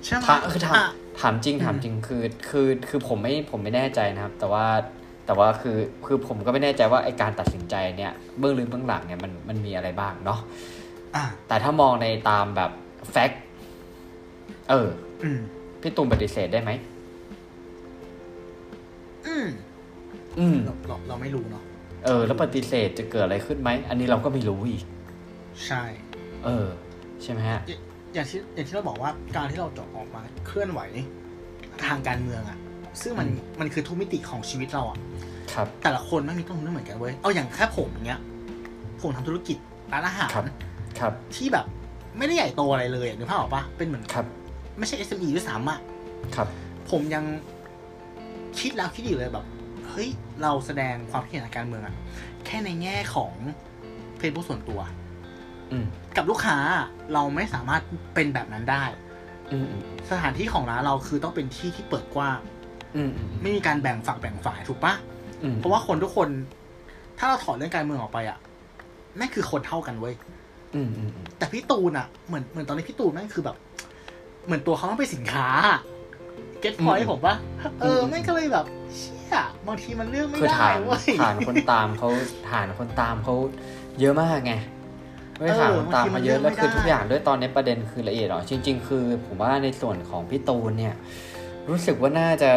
Speaker 1: ใช่ไหม
Speaker 2: ถามคือถาม
Speaker 1: ะ
Speaker 2: ถามจริง
Speaker 1: อืม
Speaker 2: ถามจริงคือคือคือผมไม่ผมไม่แน่ใจนะครับ แต่ว่าแต่ว่าคือคือผมก็ไม่แน่ใจว่าไอการตัดสินใจเนี่ยเบื้องลึกเบื้องหลังเนี่ยมันมันมีอะไรบ้างเนาะ
Speaker 1: อ่ะ
Speaker 2: แต่ถ้ามองในตามแบบแฟกต์เออ
Speaker 1: อืม
Speaker 2: พี่ตูนปฏิเสธได้ไหม
Speaker 1: อืม
Speaker 2: อืม
Speaker 1: เราเราเราไม่รู้เนาะ
Speaker 2: เออ แล้วปฏิเสธจะเกิดอะไรขึ้นไหมอันนี้เราก็ไม่รู้อีก
Speaker 1: ใช่
Speaker 2: เออ ใช่ไหมฮะ
Speaker 1: อย่างที่อย่างที่เราบอกว่าการที่เราจะออกมาเคลื่อนไหวทางการเมืองอะซึ่งมัน
Speaker 2: อืม
Speaker 1: มันคือทุกมิติของชีวิตเราอะ
Speaker 2: ครับ
Speaker 1: แต่ละคนไม่มีต้องรู้เหมือนกันเว้ยเอาอย่างแค่ผมอย่างเงี้ยผมทำธุรกิจร้านอาหาร
Speaker 2: ครับ ครับ
Speaker 1: ที่แบบไม่ได้ใหญ่โตอะไรเลยอะนึกภาพออกปะเป็นเหมือน
Speaker 2: ครับ
Speaker 1: ไม่ใช่ SME ด้วยซ้ำอะ
Speaker 2: ครับ
Speaker 1: ผมยังคิดแล้วคิดอีกเลยแบบเฮ้ยเราแสดงความคิดเห็นทางการเมืองอะแค่ในแง่ของเฟซบุ๊กส่วนตัว
Speaker 2: อืม
Speaker 1: กับลูกค้าเราไม่สามารถเป็นแบบนั้นได้
Speaker 2: อืมอืม
Speaker 1: สถานที่ของร้านเราคือต้องเป็นที่ที่เปิดกว้าง
Speaker 2: อืมอืม
Speaker 1: ไม่มีการแบ่งฝักแบ่งฝ่ายถูกปะ
Speaker 2: อืม
Speaker 1: เพราะว่าคนทุกคน ถ้าเราถอดเรื่องการเมืองออกไปอ่ะแม่งคือคนเท่ากันเว้ย
Speaker 2: อืมอืมอืม
Speaker 1: แต่พี่ตูนอ่ะเหมือนเหมือนตอนนี้พี่ตูนแม่งคือแบบ เหมือนตัวเขาต้องเป็นสินค้าเก็ตพอยต์ผมปะเออแม่งก็เลยแบบเชี่ยบางทีมันเลือกไม่
Speaker 2: คือ
Speaker 1: ได้
Speaker 2: ฐาน
Speaker 1: เว้ย
Speaker 2: ฐานคนตามเขาฐานคนตามเขาเยอะมากไงไม่ฐานคนตามเขาเยอะแล้วคือทุกอย่างด้วยตอนนี้ประเด็นคือละเอียดอ่อจริง ๆ คือ ผมว่าในส่วนของพี่ตูนเนี่ย รู้สึกว่าน่าจะ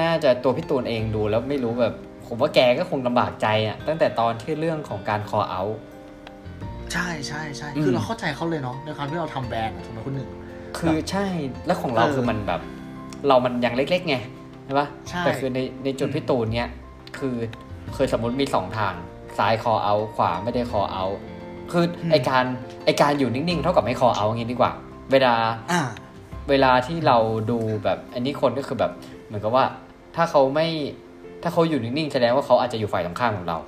Speaker 2: น่าจะตัวพี่ตูนเองดูแล้วไม่รู้แบบ ผมว่าแกก็คงลำบากใจอ่ะตั้งแต่ตอนที่เรื่องของการคอเอา
Speaker 1: ใช่ใช่ใช่
Speaker 2: อืม
Speaker 1: คือเราเข้าใจเขาเลยเนาะในความที่เราทำแบรนด์อะถูกไหมคุณหนึ่ง
Speaker 2: คือใช่แล้วของเรา
Speaker 1: เออ
Speaker 2: คือมันแบบ เรามันยังเล็กๆไงใช่ปะ
Speaker 1: ใช่
Speaker 2: แต่คือในในจุดพี่ตูนเนี่ยคือเคยสมมติมีสองทาง ซ้ายคอเอาขวาไม่ได้คอเอาคืออไอการไอการอยู่นิ่งๆ เท่ากับไม่คอเอางี้ดีกว่า เวลา
Speaker 1: อ่า
Speaker 2: เวลาที่เราดูแบบอันนี้คนก็คือแบบเหมือนกับว่า ถ้าเขาไม่ถ้าเขาอยู่นิ่งๆแสดงว่าเขาอาจจะอยู่ฝ่ายตรงข้ามของเรา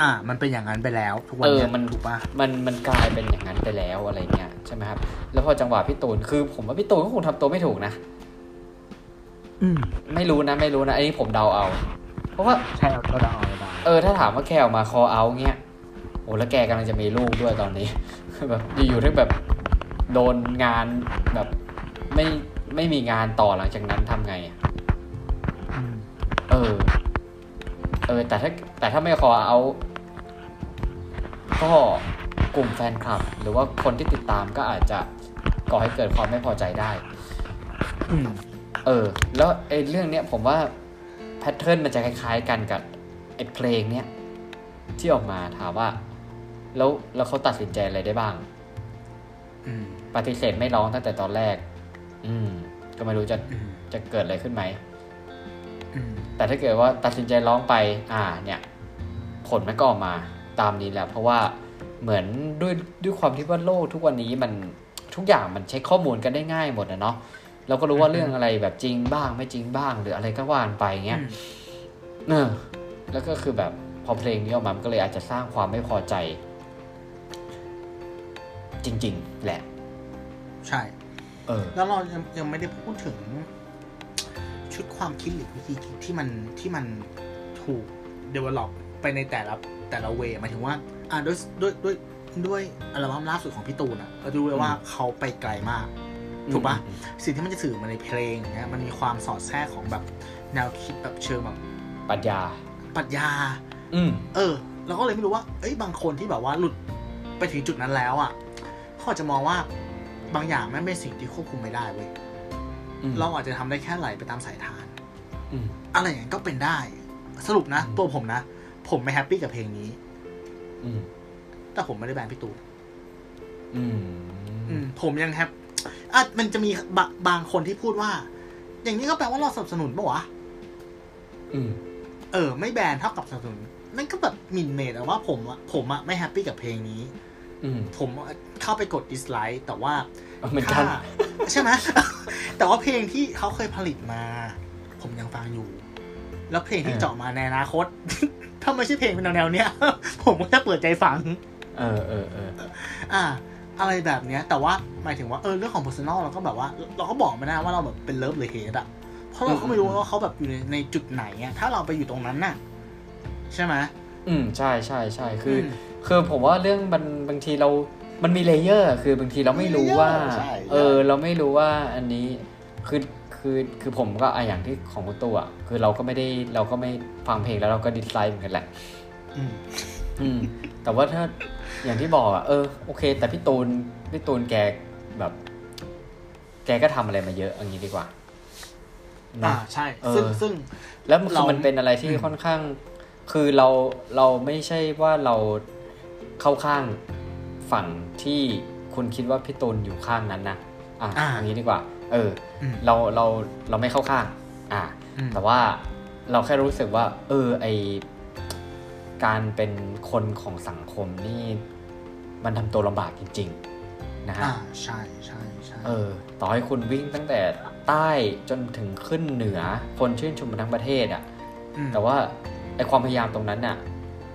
Speaker 1: อ่า มันเป็นอย่างนั้นไปแล้ว ทุกวันเนี้ย
Speaker 2: เออมัน
Speaker 1: ถูกปะ
Speaker 2: มันมันกลายเป็นอย่างนั้นไปแล้วอะไรเงี้ยใช่ไหมครับ แล้วพอจังหวะพี่ตูนคือ ผมว่าพี่ตูนก็คงทำตัวไม่ถูกนะ
Speaker 1: อืม
Speaker 2: ไม่รู้นะไม่รู้นะอันนี้ผมเดาเอา เพราะว่า
Speaker 1: ใช่เราเดาเราเดา
Speaker 2: เออถ้าถามว่าแกออกมาคอเอาเงี้ยโอ้แล้วแกกำลังจะมีลูกด้วยตอนนี้ แบบอยู่ๆที่แบบโดนงานแบบไม่ไม่มีงานต่อหลังจากนั้นทำไงอะ เออ เออ แต่ถ้าแต่ถ้าไม่ขอเอา ก็กลุ่มแฟนคลับ หรือว่าคนที่ติดตามก็อาจจะก่อให้เกิดความไม่พอใจได้
Speaker 1: อืม
Speaker 2: เออ แล้วไอ้เรื่องเนี้ยผมว่าแพทเทิร์นมันจะคล้ายๆกันกับไอ้เพลงเนี้ยที่ออกมาถามว่า แล้วแล้วเขาตัดสินใจอะไรได้บ้าง
Speaker 1: อืม
Speaker 2: ปฏิเสธไม่ร้องตั้งแต่ตอนแรก อืม ก็ไม่รู้จะ
Speaker 1: อืม
Speaker 2: จะเกิดอะไรขึ้นไหม
Speaker 1: อืม
Speaker 2: แต่ถ้าเกิดว่าตัดสินใจร้องไป อ่า เนี่ย ผลมันก็ออกมาตามนี้แหละ เพราะว่าเหมือนด้วยด้วยความที่ว่าโลกทุกวันนี้มันทุกอย่างมันเช็คข้อมูลกันได้ง่ายหมดนะเนาะ เราก็รู้ว่า
Speaker 1: อือฮึ
Speaker 2: เรื่องอะไรแบบจริงบ้างไม่จริงบ้าง หรืออะไรก็ว่ากันไปเงี้ย เออ แล้วก็คือแบบพอเพลงนี้ออกมามันก็เลยอาจจะสร้างความไม่พอใจ จริง ๆ แหละ
Speaker 1: ใช่
Speaker 2: เออ
Speaker 1: แล้วเรายังยังไม่ได้พูดถึง ชุดความคิดหรือวิธีคิดที่มันที่มันถูก develop ไปในแต่ละแต่ละเวหมายถึงว่า อ่าด้วยด้วยด้วยด้วยอัลบั้มล่าสุดของพี่ตูนอ่ะเราดูเลยว่าเขาไปไกลมาก ถูกปะ สิ่งที่มันจะสื่อมาในเพลงอย่างเนี้ยมันมีความสอดแทรกของแบบแนวคิดแบบเชิงแบบ
Speaker 2: ปรัญญา
Speaker 1: ปรัชญา
Speaker 2: อืม
Speaker 1: เออเราก็เลยไม่รู้ว่า เอ้ย บางคนที่แบบว่าหลุดไปถึงจุดนั้นแล้วอ่ะเขาอาจจะมองว่าบางอย่างมันเป็นสิ่งที่ควบคุมไม่ได้เว้ย
Speaker 2: อืม
Speaker 1: เราอาจจะทำได้แค่ไหลไปตามสายทาน
Speaker 2: อืม
Speaker 1: อะไรอย่างนั้นก็เป็นได้ สรุปนะ
Speaker 2: อืม
Speaker 1: ตัวผมนะ ผมไม่แฮปปี้กับเพลงนี้
Speaker 2: อืม
Speaker 1: แต่ผมไม่ได้แบนพี่ตูน
Speaker 2: อืม
Speaker 1: อืม ผมยังแฮปอ่ะมันจะมีบะบางคนที่พูดว่า อย่างนี้ก็แปลว่าเราสนับสนุนปะวะ
Speaker 2: อืม
Speaker 1: เออ ไม่แบนเท่ากับสนับสนุนนั่นก็แบบหมินเมดแต่ว่าผมอะผมอะไม่แฮปปี้กับเพลงนี้
Speaker 2: อืม
Speaker 1: ผมเข้าไปกดดิสไลค์แต่ว่า
Speaker 2: เหมือนกัน
Speaker 1: ค่ะใช่ไหม แต่ว่าเพลงที่เขาเคยผลิตมา ผมยังฟังอยู่ แล้วเพลงที่
Speaker 2: เออ
Speaker 1: เจาะมาในอนาคต ถ้าไม่ใช่เพลงเป็นแนวๆเนี้ย ผมก็จะเปิดใจฟัง
Speaker 2: เออเออเออ
Speaker 1: อ่า อะไรแบบเนี้ย แต่ว่าหมายถึงว่าเออเรื่องของ personal เราก็แบบว่า เราก็บอกไม่ได้ว่าเราแบบเป็นเลิฟหรือเฮดอะเพราะเราก็ไม่รู้
Speaker 2: อืม
Speaker 1: ว่าเขาแบบอยู่ในในจุดไหนอะถ้าเราไปอยู่ตรงนั้นน่ะ ใช่ไหม
Speaker 2: อืม ใช่ใช่ใช่คืออ
Speaker 1: ม
Speaker 2: คือผมว่าเรื่องมันบางทีเรา มันมีเลเยอร์ คือบางทีเราไม่รู้ว่า
Speaker 1: มีเลเยอร์ใช่ใช่
Speaker 2: เออ เราไม่รู้ว่าอันนี้ คือ คือ คือผมก็อะอย่างที่ของคุณตัวคือเราก็ไม่ได้ เราก็ไม่ฟังเพลงแล้วเราก็ดิสไลค์เหมือนกันแหละ
Speaker 1: อืม
Speaker 2: อืม แต่ว่าถ้า อย่างที่บอกอ่ะ เออ โอเค แต่พี่ตูน พี่ตูนแกแบบ แกก็ทำอะไรมาเยอะเอย่างนี้ดีกว่า
Speaker 1: อ่า
Speaker 2: นะ
Speaker 1: ใช่
Speaker 2: เออ
Speaker 1: ซึ่งซึ่ง
Speaker 2: แล้วมันคือ
Speaker 1: เรามั
Speaker 2: มันเป็นอะไรที่
Speaker 1: อืม
Speaker 2: ค่อนข้าง คือเราเราไม่ใช่ว่าเราเข้าข้างฝั่งที่คุณคิดว่าพี่ตูนอยู่ข้างนั้นนะอ่ะ
Speaker 1: อ่า
Speaker 2: อย่างนี้ดีกว่า เออ
Speaker 1: อืม
Speaker 2: เราเราเราไม่เข้าข้าง อ่า
Speaker 1: อืม
Speaker 2: แต่ว่าเราแค่รู้สึกว่า เออไอการเป็นคนของสังคมนี่ มันทำตัวลำบากจริง ๆ นะฮะ
Speaker 1: อ่าใช่ใช่ใช่
Speaker 2: เออ ต่อให้คุณวิ่งตั้งแต่ใต้จนถึงขึ้นเหนือ คนชื่นชมกันทั้งประเทศอ่ะ
Speaker 1: ม
Speaker 2: แต่ว่าไอความพยายามตรงนั้นน่ะ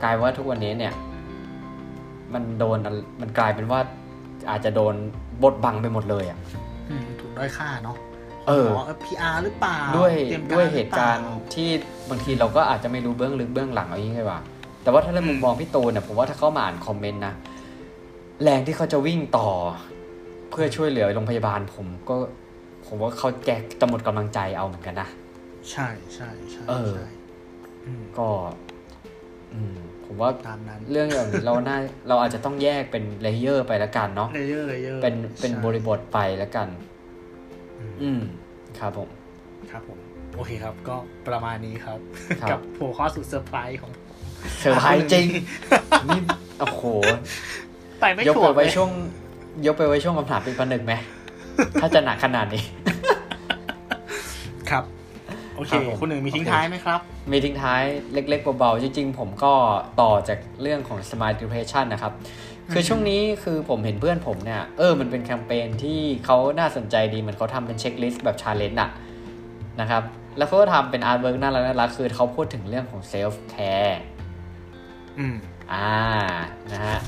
Speaker 2: กลายว่าทุกวันนี้เนี่ย มันโดนมันกลายเป็นว่าอาจจะโดนบดบังไปหมดเลยอ่ะ
Speaker 1: อืมถูกด้อยค่าเนาะ
Speaker 2: เออ
Speaker 1: บอกว่า PR หรือเปล่า
Speaker 2: ด้วย
Speaker 1: ตรีม
Speaker 2: ด้วย
Speaker 1: ปล่
Speaker 2: เหตุการณ์ที่บางทีเราก็อาจจะไม่รู้เบื้องลึกเบื้องหลังเอาอย่างนี้ไงวะแต่ว่าถ้าในมุมมองพี่ตูนเนี่ยผมว่าถ้าเขามาอ่านคอมเมนต์นะแรงที่เขาจะวิ่งต่อ เพื่อช่วยเหลือโรงพยาบาลผมก็ ผมว่าเขาแกจะหมดกำลังใจเอาเหมือนกันนะ
Speaker 1: ใช่ใช่ใช่
Speaker 2: เออ
Speaker 1: ใช่ม
Speaker 2: ก็ อืม ผมว่า
Speaker 1: ตามนั้น
Speaker 2: เรื่องอย่างนี้เราน่า เราอาจจะต้องแยกเป็นเลเยอร์ไปละกันเนาะ
Speaker 1: เลเยอร์เลเยอร์
Speaker 2: เป็นเป็น
Speaker 1: ใช่
Speaker 2: บริบทไปละกัน
Speaker 1: อืม
Speaker 2: อืม ครับผม
Speaker 1: ครับผม โอเคครับ ก็ประมาณนี้ครับ
Speaker 2: ครับ
Speaker 1: กับหัวข้อสุดเซอร์ไพรส์ของ
Speaker 2: เซอร์ไพรส์จริง นี่โอ้โห
Speaker 1: ไปไม่
Speaker 2: ยก
Speaker 1: ถู
Speaker 2: ไป
Speaker 1: กเล
Speaker 2: ไว้
Speaker 1: ย
Speaker 2: ช่วง ยกไปไว้ช่วงคำถามปีประหนึ่งไหม ถ้าจะหนักขนาดนี้
Speaker 1: ครับ โอเค
Speaker 2: ครับผม
Speaker 1: คุณหนึ่งมีทิ้ง
Speaker 2: โอเค
Speaker 1: ท้ายไหมครับ
Speaker 2: มีทิ้งท้ายเล็ก ๆ เบาๆ จริง ๆ ผมก็ต่อจากเรื่องของ Smart Depression นะครับ คือช่วงนี้คือผมเห็นเพื่อนผมเนี่ย เออ มันเป็นแคมเปญที่เขาน่าสนใจดี เหมือนเขาทำเป็นเช็คลิสต์แบบชาเลนจ์อะนะครับ แล้วเขาก็ทำเป็นอาร์ตเวิร์กน่ารักน่ารักคือเขาพูดถึงเรื่องของเซลฟ์แคร์
Speaker 1: อืม
Speaker 2: อ่า นะฮะ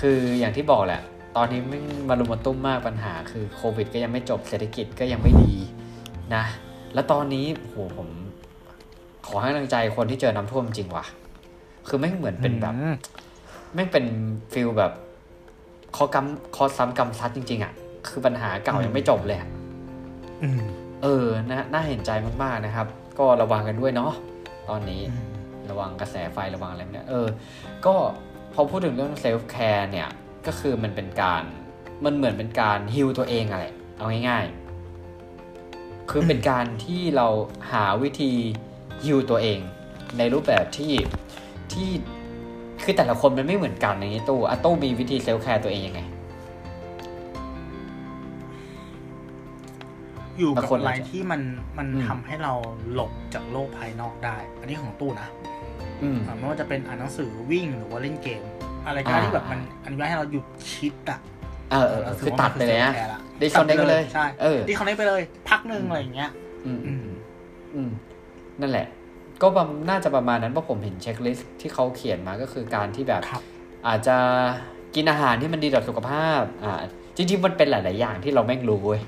Speaker 2: คืออย่างที่บอกแหละ ตอนนี้ไม่มารุมมาตุ้มมากปัญหา คือโควิดก็ยังไม่จบ เศรษฐกิจก็ยังไม่ดีนะ แล้วตอนนี้โหผม ขอให้กำลังใจคนที่เจอน้ำท่วมจริงว่ะ คือไม่งเหมือนเป็นแบบ ไม่งเป็นฟิลแบบคอกำคอซ้ำกำซัดจริง ๆอะ่ะ คือปัญหาเก่า
Speaker 1: อืม
Speaker 2: ยังไม่จบเลยอะ
Speaker 1: อืม
Speaker 2: เออนะน่าเห็นใจมากๆนะครับ ก็ระวังกันด้วยเนาะ ตอนนี้
Speaker 1: อืม
Speaker 2: ระวังกระแสไฟระวังอะไรพวกเนี่ยเออ ก็พอพูดถึงเรื่องเซลฟ์แคร์เนี่ย ก็คือมันเป็นการมันเหมือนเป็นการฮิลตัวเองอะไรเอาง่ายๆ คือเป็นการที่เราหาวิธีฮิลตัวเอง ในรูปแบบที่ที่คือแต่ละคนมันไม่เหมือนกันอย่างนี้ตู้อะตู้มีวิธีเซลฟ์แคร์ตัวเองยังไง
Speaker 1: อยู่กั
Speaker 2: บา
Speaker 1: บ
Speaker 2: งคน
Speaker 1: อะไร
Speaker 2: อาจจะ
Speaker 1: ที่มันมัน
Speaker 2: อืม
Speaker 1: ทำให้เราหลบจากโลกภายนอกได้ อันนี้ของตู้นะ
Speaker 2: อืม
Speaker 1: อ่าไม่ว่าจะเป็นอ่านหนังสือวิ่งหรือว่าเล่นเกม อะไรก็ได้
Speaker 2: อ่า
Speaker 1: ที่แบบมันอนุญาตให้เราหยุดคิดอ่ะ
Speaker 2: เออเออเออคือตัดไปเลยนะ
Speaker 1: แอร์
Speaker 2: ดิสคอนเนคไปเลย
Speaker 1: ใช่
Speaker 2: เออ
Speaker 1: ดิสคอนเนคไปเลย พักหนึ่งอะไรอย่างเงี้ย
Speaker 2: อืม
Speaker 1: อืม
Speaker 2: อืม นั่นแหละ ก็ประมาณน่าจะประมาณนั้นเพราะผมเห็นเช็คลิสต์ที่เขาเขียนมาก็คือการที่แบบ
Speaker 1: ครับ
Speaker 2: อาจจะกินอาหารที่มันดีต่อสุขภาพ อ่า จริง ๆ มันเป็นหลาย ๆ อย่างที่เราแม่งรู้เว้ย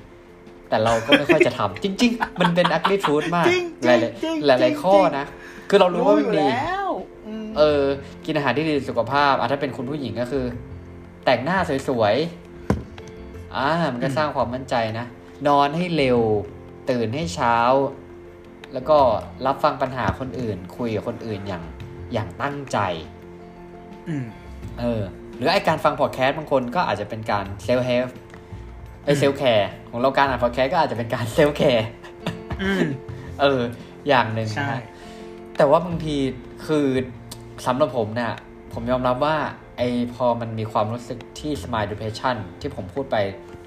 Speaker 2: แต่เราก็ไม่ค่อยจะทำ จริง ๆ มันเป็นอักลิทูดมาก
Speaker 1: จริง
Speaker 2: ห
Speaker 1: ๆ
Speaker 2: ลา
Speaker 1: จริงๆ
Speaker 2: ยๆหลาย ๆ ข้อ
Speaker 1: จริงๆ
Speaker 2: นะ คือเรารู้ว่า
Speaker 1: อ
Speaker 2: มัน
Speaker 1: ยู่
Speaker 2: ดี
Speaker 1: แล้วอืม
Speaker 2: เออ กินอาหารที่ดีต่อสุขภาพอ่ะถ้าเป็นคุณผู้หญิงก็คือ แต่งหน้าสวยๆ อ่า มันก็สร้างความมั่นใจนะ นอนให้เร็ว ตื่นให้เช้า แล้วก็รับฟังปัญหาคนอื่น คุยกับคนอื่นอย่างอย่างตั้งใจ
Speaker 1: ม
Speaker 2: เออ หรือไอการฟังพอดแคสต์บางคนก็อาจจะเป็นการเซล f h เฮฟไอ
Speaker 1: อืม
Speaker 2: เซลแคร์ของเราการอ่านพอดแคสต์ก็อาจจะเป็นการเซลแคร์
Speaker 1: อืม
Speaker 2: เออ อย่างหนึ่ง
Speaker 1: ใช่
Speaker 2: นะฮะแต่ว่าบางทีคือสำหรับผมเนี่ยผมยอมรับว่าไอพอมันมีความรู้สึกที่ smile depression ที่ผมพูดไป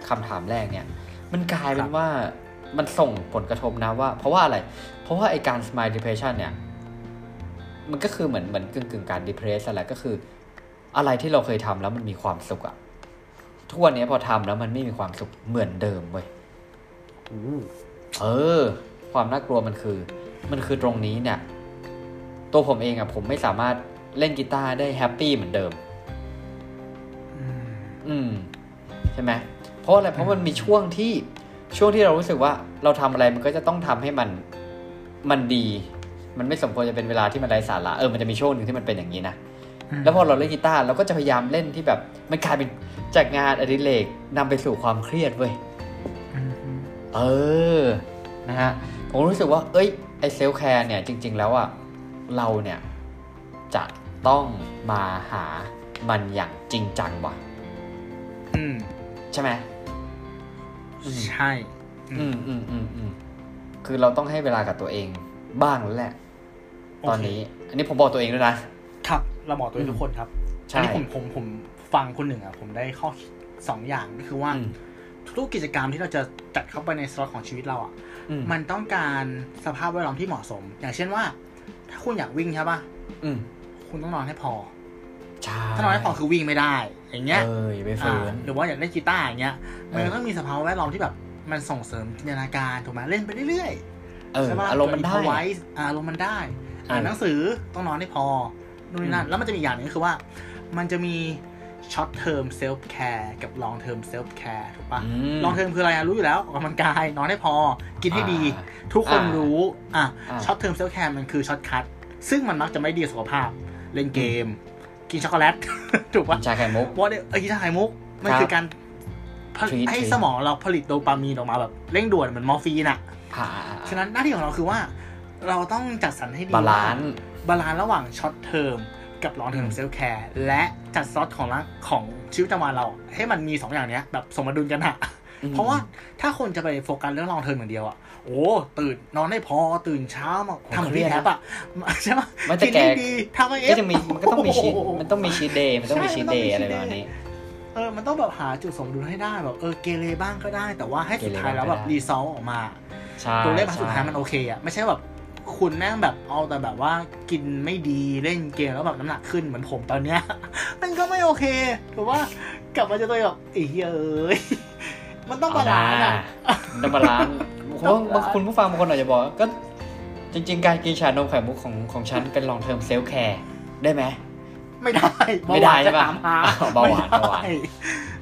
Speaker 2: คำถามแรกเนี่ย มันกลายเป็นว่ามันส่งผลกระทบนะว่า เพราะว่าอะไร เพราะว่าไอการ smile depression เนี่ย มันก็คือเหมือนเหมือนกึ่งกึ่งๆการ depress อะไรก็คือ อะไรที่เราเคยทำแล้วมันมีความสุขอะทุกวันนี้พอทำแล้วมันไม่มีความสุขเหมือนเดิมเว้ยเออ ความน่ากลัวมันคือ มันคือตรงนี้เนี่ย ตัวผมเองอะผมไม่สามารถเล่นกีตาร์ได้แฮปปี้เหมือนเดิม
Speaker 1: อืม
Speaker 2: อืม ใช่ไหมเพราะอะไรเพราะมันมีช่วงที่ช่วงที่เรารู้สึกว่าเราทำอะไรมันก็จะต้องทำให้มันมันดี มันไม่สมควรจะเป็นเวลาที่มันไร้สาระเออมันจะมีช่วงหนึ่งที่มันเป็นอย่างนี้นะ แล้วพอเราเล่นกีตาร์เราก็จะพยายามเล่นที่แบบมันกลายเป็นจากงานอดิเรกนำไปสู่ความเครียดเว้ย เออ นะฮะ ผมรู้สึกว่า เอ้ย ไอเซลแคร์เนี่ย จริง ๆ แล้วอะเราเนี่ย จะต้องมาหามันอย่างจริงจังว่ะ
Speaker 1: อืม
Speaker 2: ใช่ไหม
Speaker 1: ใช่
Speaker 2: อืมอืมอืมอืมคือเราต้องให้เวลากับตัวเอง บ้างแล้วแหละ
Speaker 1: โอเค
Speaker 2: ตอนนี้ อันนี้ผมบอกตัวเองด้วยนะ
Speaker 1: ครับเราบอกตัวเองทุกคนครับ
Speaker 2: ใช่
Speaker 1: อันนี้ผมผมผมฟังคนหนึ่งอ่ะ ผมได้ข้อคิดสองอย่างก็คือว่า
Speaker 2: อืม
Speaker 1: ทุกกิจกรรมที่เราจะจัดเข้าไปในสล็อตของชีวิตเราอ่ะ
Speaker 2: อืม
Speaker 1: มันต้องการสภาพแวดล้อมที่เหมาะสม อย่างเช่นว่า ถ้าคุณอยากวิ่งใช่ป่ะ
Speaker 2: อืม
Speaker 1: คุณต้องนอนให้พอ
Speaker 2: ใช่
Speaker 1: ถ้านอนให้พอคือวิ่งไม่ได้ อย่างเงี้ย
Speaker 2: เอออย่าไป
Speaker 1: อ่า
Speaker 2: ฝืน
Speaker 1: หรือว่าอยากเล่นกีตาร์อย่างเงี้ย
Speaker 2: เอ
Speaker 1: มั
Speaker 2: อ
Speaker 1: นต้องมีสภาวะแวดล้อมที่แบบ มันส่งเสริมจินตนาการถูกไหมเล่นไปเรื่อย
Speaker 2: เอ
Speaker 1: ๆ
Speaker 2: อ
Speaker 1: ใช่ป่ะ
Speaker 2: อารมณ์มันได้
Speaker 1: ไว้อารมณ์มันได้ อ่านหนังสือต้องนอนให้พอนู่นนี่นั่น แล้วมันจะมีอย่างหนึงก็คือว่า มันจะมี short term self care กับ long term self care ถูกปะ
Speaker 2: อืม
Speaker 1: long term คืออะไรอะรู้อยู่แล้วออกกำลังกายนอนให้พอ กินให้ดี
Speaker 2: อ่า
Speaker 1: ทุกคน
Speaker 2: อ่ารู้
Speaker 1: รู้ อ่ะ
Speaker 2: อ่ะ
Speaker 1: ช็อตเทอมเซลแคร์มันคือช็อตคัทซึ่งมันมักจะไม่ดีกับสุขภาพ เล่นเกม กินช็อกโกแลต ถูก
Speaker 2: กิ
Speaker 1: ปะ
Speaker 2: นชาไข่มุก
Speaker 1: วอเดไอ้ที่ทายมุก มัน
Speaker 2: ครับ
Speaker 1: คือการผลิต
Speaker 2: Treat
Speaker 1: ให้
Speaker 2: treat
Speaker 1: สมองเราผลิตโดปามีนออกมาแบบเร่งด่วนเหมือนมอร์ฟีนอ่ะ
Speaker 2: ผ่า
Speaker 1: ฉะนั้นหน้าที่ของเราคือว่า เราต้องจัดสรรให้ดี
Speaker 2: บาลานซ์
Speaker 1: บาลานซ์ระหว่างช็อตเทอมกับลองเทอม
Speaker 2: อืม
Speaker 1: เซลแคร์และจัดซอสของร่างของชีวิตประจำวันเรา ให้มันมีสองอย่างเนี้ยแบบสมดุลกันอะ เพราะว่าถ้าคนจะไปโฟกัสเรื่องลองเทอมอย่างเดียวอ่ะ โอ้ ตื่นนอนให้พอตื่นเช้ามา
Speaker 2: ผม
Speaker 1: ทำ
Speaker 2: เครี
Speaker 1: รี
Speaker 2: ยดนะ
Speaker 1: แคปอ่ะ ใช่ปะ
Speaker 2: มันจะ
Speaker 1: กิน
Speaker 2: แก่
Speaker 1: ให้ดีทำไอเอ
Speaker 2: ก็
Speaker 1: ฟ
Speaker 2: จะมีมันก็ต้องมีชีด
Speaker 1: โโห
Speaker 2: มันต้องมีชีเดย์มันต้องมี
Speaker 1: ใช่
Speaker 2: ชี
Speaker 1: มันต้อง
Speaker 2: เด
Speaker 1: มี
Speaker 2: ย์
Speaker 1: cheat
Speaker 2: อะไรแบ
Speaker 1: day
Speaker 2: บนี้
Speaker 1: เออ มันต้องแบบหาจุดสมดุลให้ได้แบบเออเกเรบ้างก็ได้ แต่ว่าให้สุด
Speaker 2: เกเร
Speaker 1: ท้ายแล้ว
Speaker 2: บ้างก็
Speaker 1: แบบ
Speaker 2: ได้
Speaker 1: รีซอลออกมา
Speaker 2: ใช่
Speaker 1: ตัวเลขมา
Speaker 2: ใช่
Speaker 1: สุดท้ายมันโอเคอ่ะ ไม่ใช่แบบคุณแม่งแบบเอาแต่แบบว่ากินไม่ดีเล่นเกมแล้วแบบน้ำหนักขึ้นเหมือนผมตอนเนี้ย มันก็ไม่โอเคถือว่ากลับมาเจะตัวเองแบบไอ้เหี้ยเอ้ย มันต้องบาลานซ์อ่ะ
Speaker 2: มันต้องบาลานซ์เพราะว่าคุณผู้ฟังบางคนอาจจะบอกว่าก็จริง ๆ การกินชานมไข่มุกของของฉันเป็นลองเทอมเซลแคร์ได้ไหม
Speaker 1: ไม่ได้
Speaker 2: ไม่ได้
Speaker 1: เบาหวาน
Speaker 2: ใช่
Speaker 1: จ
Speaker 2: ปะ
Speaker 1: ตามหา
Speaker 2: อ้าวเบาหวาน
Speaker 1: ไม่
Speaker 2: เบาหวาน
Speaker 1: ได้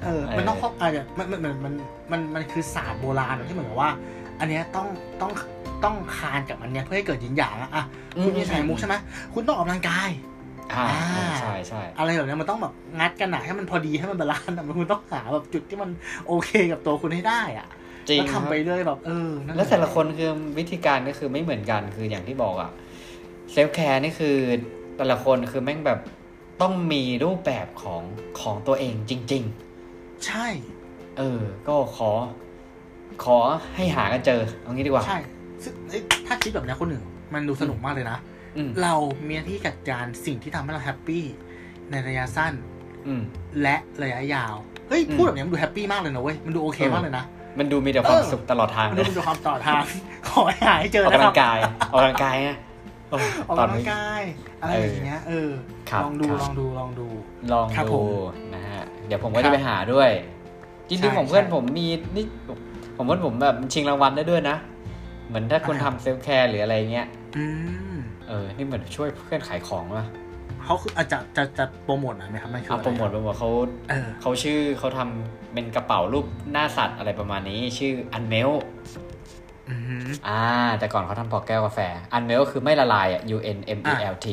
Speaker 1: เออ
Speaker 2: เออ
Speaker 1: มันต้องครอบอาจจะมันมันมันมันมันคือศาสตร์โบราณที่เหมือนกับว่า อันเนี้ยต้องต้องต้องคานกับอันเนี้ยเพื่อให้เกิดหยินหยางอะอ่ะคุณมีไข่มุกใช่ไหมคุณต้องออกกำลังกาย
Speaker 2: อ่า
Speaker 1: อ่า
Speaker 2: ใช่ใช่
Speaker 1: อะไรแบบเนี้ยมันต้องแบบงัดกันอะให้มันพอดีให้มันบาลานซ์อะมันคุณต้องหาแบบจุดที่มันโอเคกับตัวคุณให้ได้อะ
Speaker 2: จริง
Speaker 1: แล้ว
Speaker 2: ครับ
Speaker 1: ทำไปเรื่อยแบบเออนั่นห
Speaker 2: แล้วแต่ละคนคือวิธีการก็คือไม่เหมือนกันคืออย่างที่บอกอ่ะ เซลฟ์แคร์นี่คือแต่ละคนคือแม่งแบบต้องมีรูปแบบของของตัวเองจริง
Speaker 1: ใช่
Speaker 2: ๆ เออ ก็ขอ ขอให้หากันเจอเอางี้ดีกว่า
Speaker 1: ใช่ซึ่งเอ้ยถ้าคิดแบบนี้คนหนึ่ง มันดูสนุกมากเลยนะ
Speaker 2: อืม
Speaker 1: เรามีหน้าที่จัดการสิ่งที่ทำให้เราแฮปปี้ในระยะสั้น
Speaker 2: อืม
Speaker 1: และระยะยาว เฮ้ย
Speaker 2: อืม
Speaker 1: พูดแบบนี้มันดูแฮปปี้มากเลยนะเว้ยมันดูโอเคมากเลยนะ
Speaker 2: มันดูมีแต่ความ
Speaker 1: เออ
Speaker 2: สุขตลอดทาง
Speaker 1: มัน
Speaker 2: เล
Speaker 1: ดู
Speaker 2: ย
Speaker 1: เป็นความต่อทาง ขอให้หายเจ
Speaker 2: อ
Speaker 1: อ
Speaker 2: อก
Speaker 1: นะ
Speaker 2: กำ
Speaker 1: ค
Speaker 2: ลั
Speaker 1: รับ
Speaker 2: งกายออกกำลังกายไงโอ้
Speaker 1: ออก
Speaker 2: ตอน
Speaker 1: กำลั
Speaker 2: นี้
Speaker 1: งกายอะไรอย่างเงี้ยเออ
Speaker 2: ครับ
Speaker 1: ลองดู
Speaker 2: ครั
Speaker 1: ลอง
Speaker 2: บ
Speaker 1: ดูลองดู
Speaker 2: ลอง
Speaker 1: ครับผ
Speaker 2: ดู
Speaker 1: ม
Speaker 2: นะฮะ เดี๋ยวผม
Speaker 1: ค
Speaker 2: ก็
Speaker 1: รั
Speaker 2: จะ
Speaker 1: บ
Speaker 2: ไปหาด้วย จริง
Speaker 1: ใช่
Speaker 2: ๆของเพื่อน
Speaker 1: ใช่
Speaker 2: ผมมีนี่ผมว่าผมแบบชิงรางวัลได้ด้วยนะ เหมือนถ้าคุณ
Speaker 1: อ่า
Speaker 2: ทำเซลฟ์แคร์หรืออะไรเงี้ย
Speaker 1: อืม
Speaker 2: เออ นี่เหมือนช่วยเพื่อนขายของว่ะ
Speaker 1: เขาคืออาจจะจะจะโปรโมทหน่อยไหมครับมันคือ
Speaker 2: เอา
Speaker 1: อะไร
Speaker 2: โปรโมทโปรโมทเขา
Speaker 1: เออ
Speaker 2: เขาชื่อเขาทำเป็นกระเป๋ารูปหน้าสัตว์อะไรประมาณนี้ ชื่ออันเมล
Speaker 1: อืม
Speaker 2: อ่า แต่ก่อนเขาทำปอกแก้วกาแฟ อันเมลก็คือไม่ละลายอ่ะ U N M E L T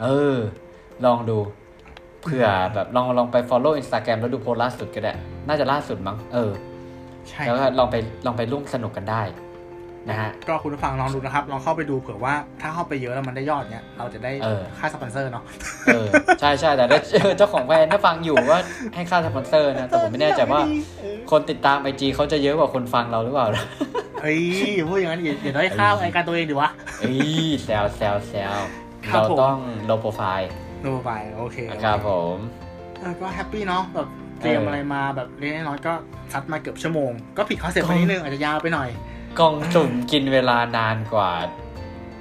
Speaker 2: เออ ลองดูเผื่อแบบลองลองไป follow Instagram แล้วดูโพสต์ล่าสุดก็ได้ น่าจะล่าสุดมั้ง เออ
Speaker 1: ใช่
Speaker 2: แล้วก็ลองไปลองไปร่วมสนุกกันได้ นะฮะ
Speaker 1: ก็คุณผู้ฟังลองดูนะครับ ลองเข้าไปดูเผื่อว่าถ้าเข้าไปเยอะแล้วมันได้ยอดเนี้ยเราจะได้
Speaker 2: เออ
Speaker 1: ค่าสปอนเซอร์เนาะ
Speaker 2: เออ ใช่ใช่แต่ถ้าเออเจ้าของแบรนด์ถ้าฟังอยู่ว่าให้ค่าสปอนเซอร์นะ แต่ผมไม่แน่ใจว่า
Speaker 1: เออ
Speaker 2: คนติดตามไอจีเขาจะเยอะกว่าคนฟังเราหรือเปล่านะ
Speaker 1: เฮ้ยอย่าพูดอย่างนั้นอย่าอย่าด้อยค่าไอการตัวเองดิวะ
Speaker 2: เอ้ยแซวแซวแซว
Speaker 1: ครับ
Speaker 2: เรา
Speaker 1: ผม
Speaker 2: ต้องโลโปรไฟล์
Speaker 1: ดูไปโอเค
Speaker 2: นะครับผม
Speaker 1: เออก็แฮปปี้เนาะแบบเตรียม
Speaker 2: เอออ
Speaker 1: อะไรมาแบบเล็กๆน้อยๆก็ซัดมาเกือบชั่วโมง ก็ผิดคอนเซ็ปต์ไปนิดนึงอาจจะยาวไปหน่อย
Speaker 2: กล่องสุ่มกินเวลานานกว่า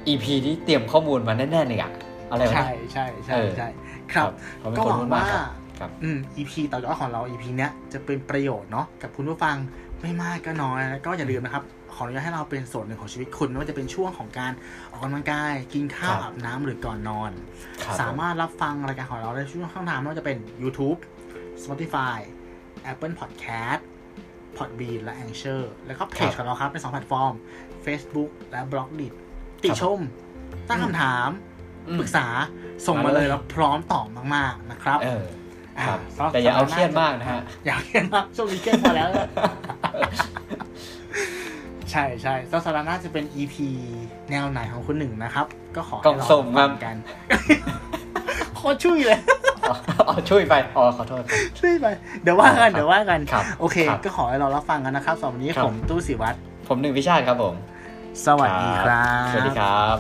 Speaker 2: EP ที่เตรียมข้อมูลมาแน่ๆเลยอะอะไรวะ
Speaker 1: ใช่
Speaker 2: เนี่ย
Speaker 1: ใช่ใช่
Speaker 2: เออ
Speaker 1: ใช่ครับ
Speaker 2: เขาเป็น
Speaker 1: ก็
Speaker 2: ค
Speaker 1: ห
Speaker 2: น
Speaker 1: วัง
Speaker 2: รุ่นมาก
Speaker 1: ว่า
Speaker 2: ครับ ครับ
Speaker 1: อืม EP ต่อยอดของเรา EP เนี้ยจะเป็นประโยชน์เนาะกับคุณผู้ฟังไม่มากก็น้อยแล้วก็อย่าลืมนะครับ ขออนุญาตให้เราเป็นส่วนหนึ่งของชีวิตคุณไม่ว่าจะเป็นช่วงของการออกกำลังกาย กินข้าว
Speaker 2: ครับ
Speaker 1: อาบน้ำหรือก่อนนอน
Speaker 2: คบ
Speaker 1: สามารถรับฟังรายการของเราได้ช่วงข้างทางไม่ว่าจะเป็น YouTube Spotify Apple Podcast Podbean และ a n c h o r แล้วก็เพจของเราครับเป็นสองแพลตฟอร์ม Facebook และ b l o g d i t ติชม ตั้งคำถาม
Speaker 2: อืม
Speaker 1: ปรึกษาส่งมาเลย
Speaker 2: มาเลย
Speaker 1: แล้วพร้อมตอบมาก ๆ นะครับ
Speaker 2: เออ ครับ
Speaker 1: สำหรับ
Speaker 2: แต่อย่าเอา
Speaker 1: สัปดห์หน้
Speaker 2: เครียดมากนะฮะ
Speaker 1: อย่าเครียดมากช่วงนี้เครียดพอแล้ว ใช่ใช่ๆสัปดาห์หน้าจะเป็น EP แนวไหนของคุณหนึ่งนะครับ ก็ขอให้
Speaker 2: กล่อง
Speaker 1: เรา
Speaker 2: สุ่มครับ
Speaker 1: ฟังกัน โคตรช่วยเลย
Speaker 2: อ๋ออ๋อช่วยไปอ๋อขอโทษครับ
Speaker 1: ช่วยไป เดี๋ยวว่ากัน เดี๋ยวว่ากัน
Speaker 2: ครับ
Speaker 1: โอเค
Speaker 2: ครับ
Speaker 1: ก็ขอให้เรารับฟังกันนะครับสำหรับวันนี้
Speaker 2: ครับ
Speaker 1: ผมตู้สิวัตร
Speaker 2: ผมหนึ่งพิชาติครับผม
Speaker 1: สวัสดีครับ
Speaker 2: สวัสดีครับ